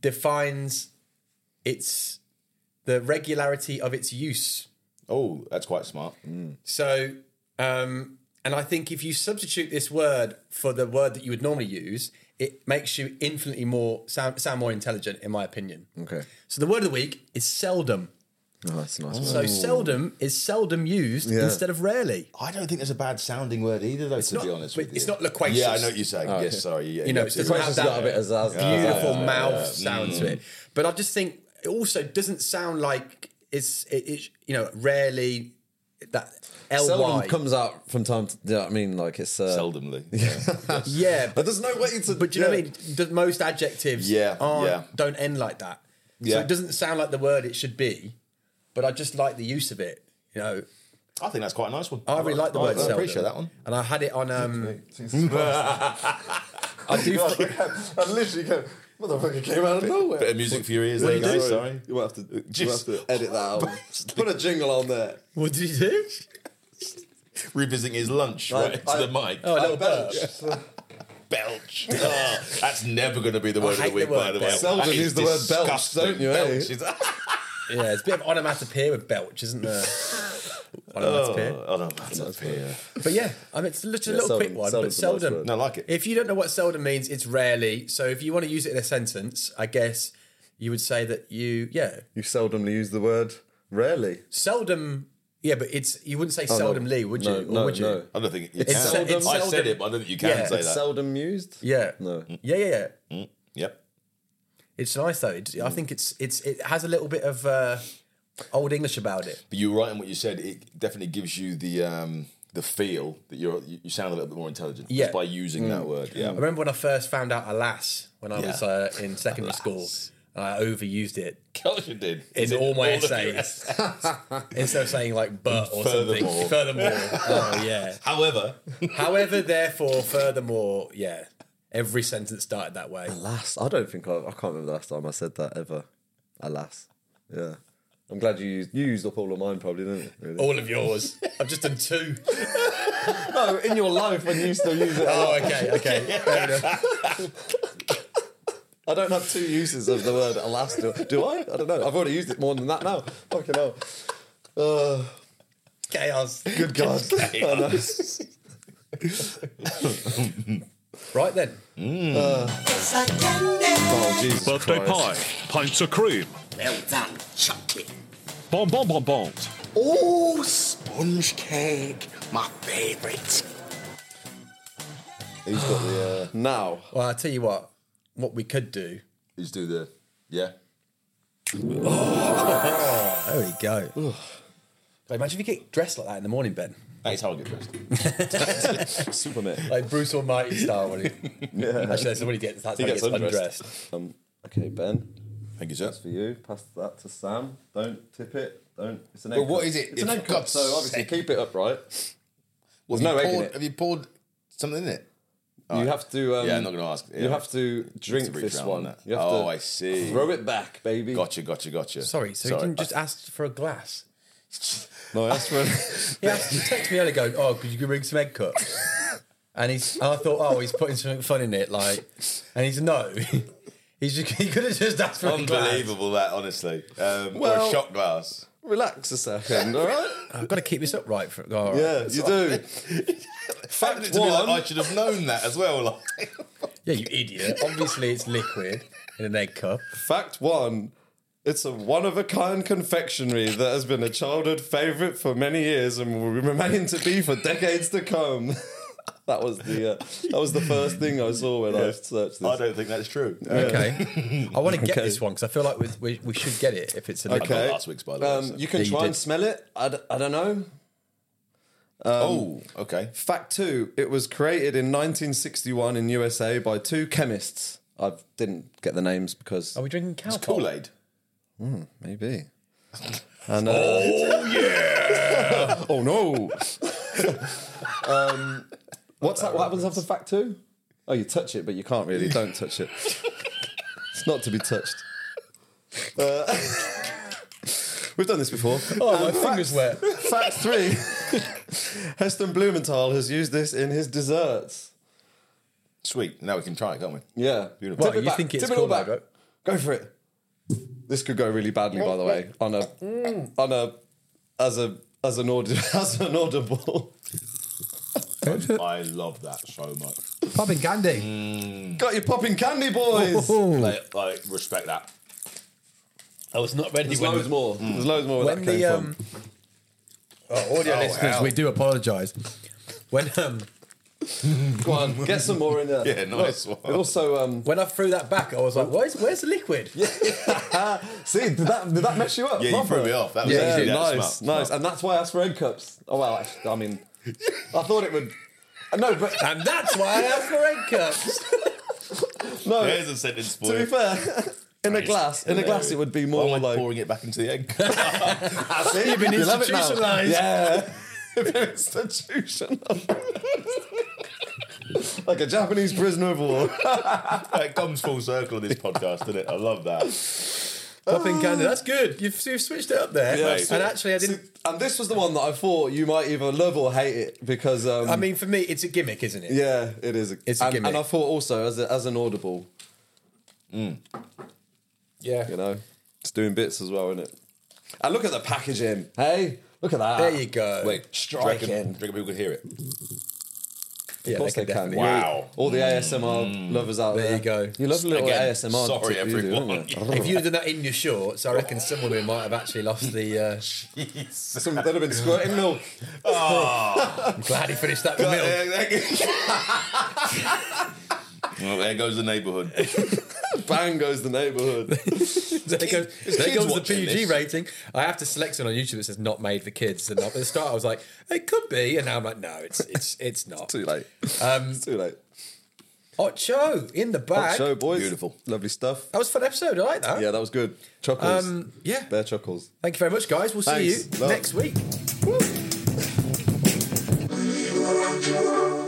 Speaker 3: defines its the regularity of its use.
Speaker 2: Oh, that's quite smart.
Speaker 3: So, um, and I think if you substitute this word for the word that you would normally use, it makes you infinitely more sound, sound more intelligent, in my opinion.
Speaker 1: Okay.
Speaker 3: So the word of the week is seldom.
Speaker 1: Oh, that's a nice. one.
Speaker 3: So seldom is seldom used
Speaker 1: Yeah.
Speaker 3: instead of rarely.
Speaker 2: I don't think there's a bad sounding word either, though. to
Speaker 3: not-
Speaker 2: be honest,
Speaker 3: but
Speaker 2: with
Speaker 3: it's
Speaker 2: you.
Speaker 3: not loquacious.
Speaker 2: Yeah, I know what you're
Speaker 1: Oh,
Speaker 2: saying. yes, sorry. Yeah,
Speaker 3: You know,
Speaker 2: you're
Speaker 3: it doesn't
Speaker 2: absolutely
Speaker 1: Loquacious
Speaker 3: have that
Speaker 1: got a bit of zazz.
Speaker 3: beautiful
Speaker 1: Yeah, Mm. yeah,
Speaker 3: mouth sound to it. But I just think it also doesn't sound like it's it, it you know rarely that ly.
Speaker 1: Seldom comes out from time to. Do you know what I mean? Like it's. Uh, <laughs>
Speaker 2: Seldomly. Yeah.
Speaker 3: yeah,
Speaker 1: But there's no way to.
Speaker 3: But do you know
Speaker 1: yeah.
Speaker 3: what I mean? The, most adjectives
Speaker 2: Yeah,
Speaker 3: aren't,
Speaker 2: yeah.
Speaker 3: don't end like that. So
Speaker 2: Yeah.
Speaker 3: it doesn't sound like the word it should be, but I just like the use of it. You know,
Speaker 2: I think that's quite a nice one.
Speaker 3: I really like the word
Speaker 2: I
Speaker 3: seldom.
Speaker 2: appreciate that one.
Speaker 3: And I had it on, um,
Speaker 1: I <laughs> do. I literally go. Motherfucker came out of nowhere.
Speaker 2: Bit of music for your ears, there you go. Sorry.
Speaker 1: You might have to.
Speaker 2: Just-
Speaker 1: you might have to edit that out. Put a jingle on there.
Speaker 3: what did you do?
Speaker 2: Revisiting his lunch right into
Speaker 1: I-
Speaker 2: the mic.
Speaker 3: Oh, a little burp.
Speaker 2: <laughs>
Speaker 3: <laughs>
Speaker 2: belch. Ah, that's never going to be the word of
Speaker 3: hate
Speaker 2: the
Speaker 3: the
Speaker 2: week, by
Speaker 3: word
Speaker 2: the way.
Speaker 3: belch.
Speaker 1: Seldom
Speaker 2: That is
Speaker 1: use the word belch,
Speaker 2: disgusting.
Speaker 1: don't you, eh?
Speaker 2: Belch is- <laughs>
Speaker 3: Yeah, it's a bit of onomatopoeia with belch,
Speaker 2: <laughs>
Speaker 3: isn't there? onomatopoeia.
Speaker 2: Oh, no, that's not fair.
Speaker 3: But yeah, I mean, it's just a
Speaker 1: Yeah,
Speaker 3: little
Speaker 1: seldom-
Speaker 3: quick one,
Speaker 1: seldom's a
Speaker 3: but
Speaker 1: nice
Speaker 3: seldom.
Speaker 1: word.
Speaker 2: No, I like it.
Speaker 3: If you don't know what seldom means, it's rarely. So if you want to use it in a sentence, I guess you would say that you, yeah,
Speaker 1: You seldomly use the word. Rarely.
Speaker 3: seldom. Yeah, but it's you wouldn't say seldomly, would you?
Speaker 1: No,
Speaker 3: Or
Speaker 1: no,
Speaker 3: would you?
Speaker 1: no.
Speaker 2: I don't think you
Speaker 3: It's
Speaker 2: can.
Speaker 3: seldom- it's
Speaker 2: I said
Speaker 3: seldom-
Speaker 2: it, but I don't think you can
Speaker 3: Yeah,
Speaker 2: say that.
Speaker 3: it's
Speaker 1: Seldom used.
Speaker 3: Yeah.
Speaker 1: No.
Speaker 3: Yeah, yeah, yeah.
Speaker 2: yep.
Speaker 3: It's nice though. It, I think it's it's it has a little bit of uh, old English about it.
Speaker 2: But you're right in what you said. It definitely gives you the um, the feel that you're you you sound a little bit more intelligent
Speaker 3: Yeah. Mm.
Speaker 2: just by
Speaker 1: Mm.
Speaker 2: using that word. Yeah.
Speaker 3: I remember when I first found out alas when I
Speaker 2: Yeah.
Speaker 3: was uh, in secondary school. I overused it
Speaker 2: Of course you did.
Speaker 3: in
Speaker 2: Is it
Speaker 3: all my
Speaker 2: of your
Speaker 3: essays <laughs> instead of saying like but or something.
Speaker 2: Furthermore.
Speaker 3: Furthermore, oh yeah.
Speaker 2: However,
Speaker 3: However, therefore, furthermore, yeah. Every sentence started that way.
Speaker 1: Alas, I don't think I, I can't remember the last time I said that ever. Alas, yeah. I'm glad you used, you used up all of mine, probably, didn't you? Really?
Speaker 3: All of yours. I've just done two.
Speaker 2: Oh,
Speaker 1: no, in your life when you still use it. a
Speaker 3: Oh,
Speaker 1: lot.
Speaker 3: okay, okay. Fair enough.
Speaker 1: <laughs> I don't have two uses of the word alas. Do, do I? I don't know. I've already used it more than that now. Fucking hell. Uh,
Speaker 3: Chaos.
Speaker 2: <laughs>
Speaker 1: good God. I know.
Speaker 3: Right then.
Speaker 1: Oh, Jesus
Speaker 8: Birthday
Speaker 1: Christ.
Speaker 8: pie, pints of cream,
Speaker 6: Well done, chocolate.
Speaker 8: bonbon bonbons.
Speaker 4: Oh, sponge cake, my favorite.
Speaker 2: Who's got the? Uh,
Speaker 1: Now,
Speaker 3: Well, I'll tell you what. What we could do.
Speaker 2: who's do the? Yeah.
Speaker 3: There we go. Like, imagine if you get dressed like that in the morning, Ben.
Speaker 2: That is how I get dressed. <laughs>
Speaker 1: Superman.
Speaker 3: Like Bruce Almighty style. When he, Actually, that's when he gets, that's
Speaker 2: He
Speaker 3: when he
Speaker 2: gets
Speaker 3: gets
Speaker 2: undressed.
Speaker 3: undressed.
Speaker 1: Um, okay, Ben.
Speaker 2: Thank you, sir.
Speaker 1: That's for you. Pass that to Sam. Don't tip it. Don't. It's an egg.
Speaker 2: But what
Speaker 1: cup.
Speaker 2: is it?
Speaker 1: It's an
Speaker 2: If
Speaker 1: egg cup.
Speaker 2: God's
Speaker 1: So obviously
Speaker 2: sake.
Speaker 1: keep it upright.
Speaker 2: Well,
Speaker 1: no egg in
Speaker 2: poured,
Speaker 1: it.
Speaker 2: Have you poured something in it?
Speaker 1: you have to. Um,
Speaker 2: Yeah, I'm not gonna ask.
Speaker 1: You have to drink
Speaker 2: It's a
Speaker 1: this
Speaker 2: round on
Speaker 1: one.
Speaker 2: that.
Speaker 1: You have
Speaker 2: Oh,
Speaker 1: to
Speaker 2: I see.
Speaker 1: Throw it back, baby.
Speaker 2: Gotcha, gotcha, gotcha.
Speaker 3: Sorry, so he didn't just ask for a glass.
Speaker 1: No, that's for.
Speaker 3: Yeah, he texted me earlier going, "Oh, could you bring some egg cups?" And he's, I thought, "Oh, he's putting something fun in it," like, and he's no, <laughs> he's just, he could have just asked for a glass.
Speaker 2: Unbelievable that, honestly. Um, or a
Speaker 1: Well-
Speaker 2: shot glass.
Speaker 1: <laughs> Relax a second, all right?
Speaker 2: <laughs>
Speaker 3: I've got to keep this up right for. oh, all right.
Speaker 1: Yeah, you do. Fact
Speaker 2: To be like, <laughs> I
Speaker 1: one.
Speaker 2: should have known that as well. Like,
Speaker 3: yeah, you idiot. Obviously, it's liquid in an egg cup.
Speaker 1: Fact one. It's a one of a kind confectionery that has been a childhood favourite for many years and will remain to be for decades to come. <laughs> that was the uh, that was the first thing I saw when <laughs> I searched this.
Speaker 2: I don't think that's true.
Speaker 3: Okay, I want to get this one because I feel like we, we, we should get it if it's a liquid.
Speaker 1: Okay.
Speaker 2: last week's, by the way,
Speaker 1: Um,
Speaker 2: so-
Speaker 1: You can
Speaker 3: Yeah, you
Speaker 1: try and
Speaker 3: did.
Speaker 1: smell it. I, d- I don't know.
Speaker 2: oh, okay.
Speaker 1: Fact two, it was created in 1961 in USA by two chemists. I didn't get the names because
Speaker 3: Are we drinking cow pop?
Speaker 2: Kool Aid.
Speaker 1: maybe. <laughs> And, uh, oh yeah! <laughs> oh no! um, what's that? What happens after fact two? Oh, you touch it, but you can't really. Don't touch it. it's not to be touched. Uh, <laughs> we've done this before.
Speaker 3: Oh, my
Speaker 1: And fact
Speaker 3: fingers wet.
Speaker 1: Fact three <laughs> Heston Blumenthal has used this in his desserts.
Speaker 2: Sweet. Now we can try it, can't we?
Speaker 1: Yeah.
Speaker 2: Beautiful.
Speaker 1: Tip
Speaker 3: Well,
Speaker 1: it
Speaker 3: you
Speaker 1: back.
Speaker 3: think it's
Speaker 1: Tip it
Speaker 3: cool,
Speaker 1: all back.
Speaker 3: though, right?
Speaker 1: Go for it. This could go really badly, by the way. On a on a as a as an audi- <laughs> as an audible.
Speaker 2: <laughs> I love that so much.
Speaker 3: Popping candy.
Speaker 1: Mm. Got your popping candy, boys.
Speaker 2: Like, like, respect that.
Speaker 3: I was not ready
Speaker 1: There's
Speaker 3: when
Speaker 1: loads more. There's loads more. Where
Speaker 3: when
Speaker 1: that came
Speaker 3: the um,
Speaker 1: from.
Speaker 3: oh, audio listeners, we do apologise. When um,
Speaker 1: Go on, get some more in there.
Speaker 2: <laughs> Yeah, nice
Speaker 1: It
Speaker 2: one.
Speaker 1: also um. <laughs>
Speaker 3: when I threw that back, I was like, "Where's where's the liquid?"
Speaker 1: See, did that did that mess you up?
Speaker 2: Yeah, you
Speaker 1: Proper.
Speaker 2: threw me off. That was
Speaker 1: Yeah,
Speaker 2: actually yeah,
Speaker 1: nice,
Speaker 2: smart,
Speaker 1: nice,
Speaker 2: smart.
Speaker 1: and that's why I asked for egg cups. Oh well, actually, I mean, I thought it would. No,
Speaker 2: <laughs>
Speaker 1: but
Speaker 3: and that's why I asked for egg cups.
Speaker 1: no.
Speaker 2: There's a sentence for
Speaker 1: to be
Speaker 2: you.
Speaker 1: fair, <laughs> in a glass, in a glass, it would be more
Speaker 2: I'm like
Speaker 1: like.
Speaker 2: pouring it back into the egg. <laughs>
Speaker 1: See, you've been
Speaker 3: institutionalised.
Speaker 1: Yeah,
Speaker 3: <laughs>
Speaker 1: You've been institutionalised. <laughs> like a Japanese prisoner of war.
Speaker 2: it comes full circle in this podcast, doesn't it? I love that.
Speaker 3: Popping candy. That's good. You've, you've switched it up there.
Speaker 2: Yeah,
Speaker 3: and actually, I didn't.
Speaker 1: And this was the one that I thought you might either love or hate it because. Um,
Speaker 3: I mean, for me, it's a gimmick, isn't it?
Speaker 1: yeah, it is. A,
Speaker 3: It's a
Speaker 1: and,
Speaker 3: gimmick.
Speaker 1: and I thought also as a, as an audible,
Speaker 3: Yeah.
Speaker 1: you know, it's doing bits as well, isn't it? And look at the packaging. Hey, look at that.
Speaker 3: There you go.
Speaker 1: striking.
Speaker 2: Do you reckon, do you reckon people
Speaker 1: <laughs>
Speaker 2: could hear it? <laughs>
Speaker 3: yeah,
Speaker 1: Of course they can.
Speaker 3: definitely- Mm.
Speaker 2: Wow.
Speaker 1: All the ASMR lovers out there.
Speaker 3: There you go.
Speaker 1: You love a little
Speaker 2: Again,
Speaker 1: ASMR.
Speaker 2: sorry,
Speaker 1: tip you do,
Speaker 2: everyone.
Speaker 1: don't you?
Speaker 3: If you'd have done that in your shorts, I reckon some women might have actually lost the. Uh,
Speaker 1: Some, they'd have been squirting
Speaker 3: <laughs>
Speaker 1: milk.
Speaker 3: I'm glad he finished that with milk.
Speaker 2: well, there goes the neighbourhood.
Speaker 1: Bang goes the neighbourhood.
Speaker 3: <laughs> There goes,
Speaker 2: kids
Speaker 3: there goes the
Speaker 2: watching
Speaker 3: PG
Speaker 2: this.
Speaker 3: rating. I have to select something on YouTube that says "not made for kids." And at the start, I was like, "It could be," and now I'm like, "No, it's it's it's not."
Speaker 1: Too late. it's too late.
Speaker 3: Ocho in the
Speaker 1: Hot
Speaker 3: bag.
Speaker 1: show, boys.
Speaker 2: Beautiful.
Speaker 1: Lovely stuff.
Speaker 3: That was a fun episode. I like that.
Speaker 1: Yeah, that was good. Chuckles.
Speaker 3: Um, yeah.
Speaker 1: Bear chuckles.
Speaker 3: Thank you very much, guys. We'll see
Speaker 1: Thanks.
Speaker 3: you
Speaker 1: Love.
Speaker 3: next week.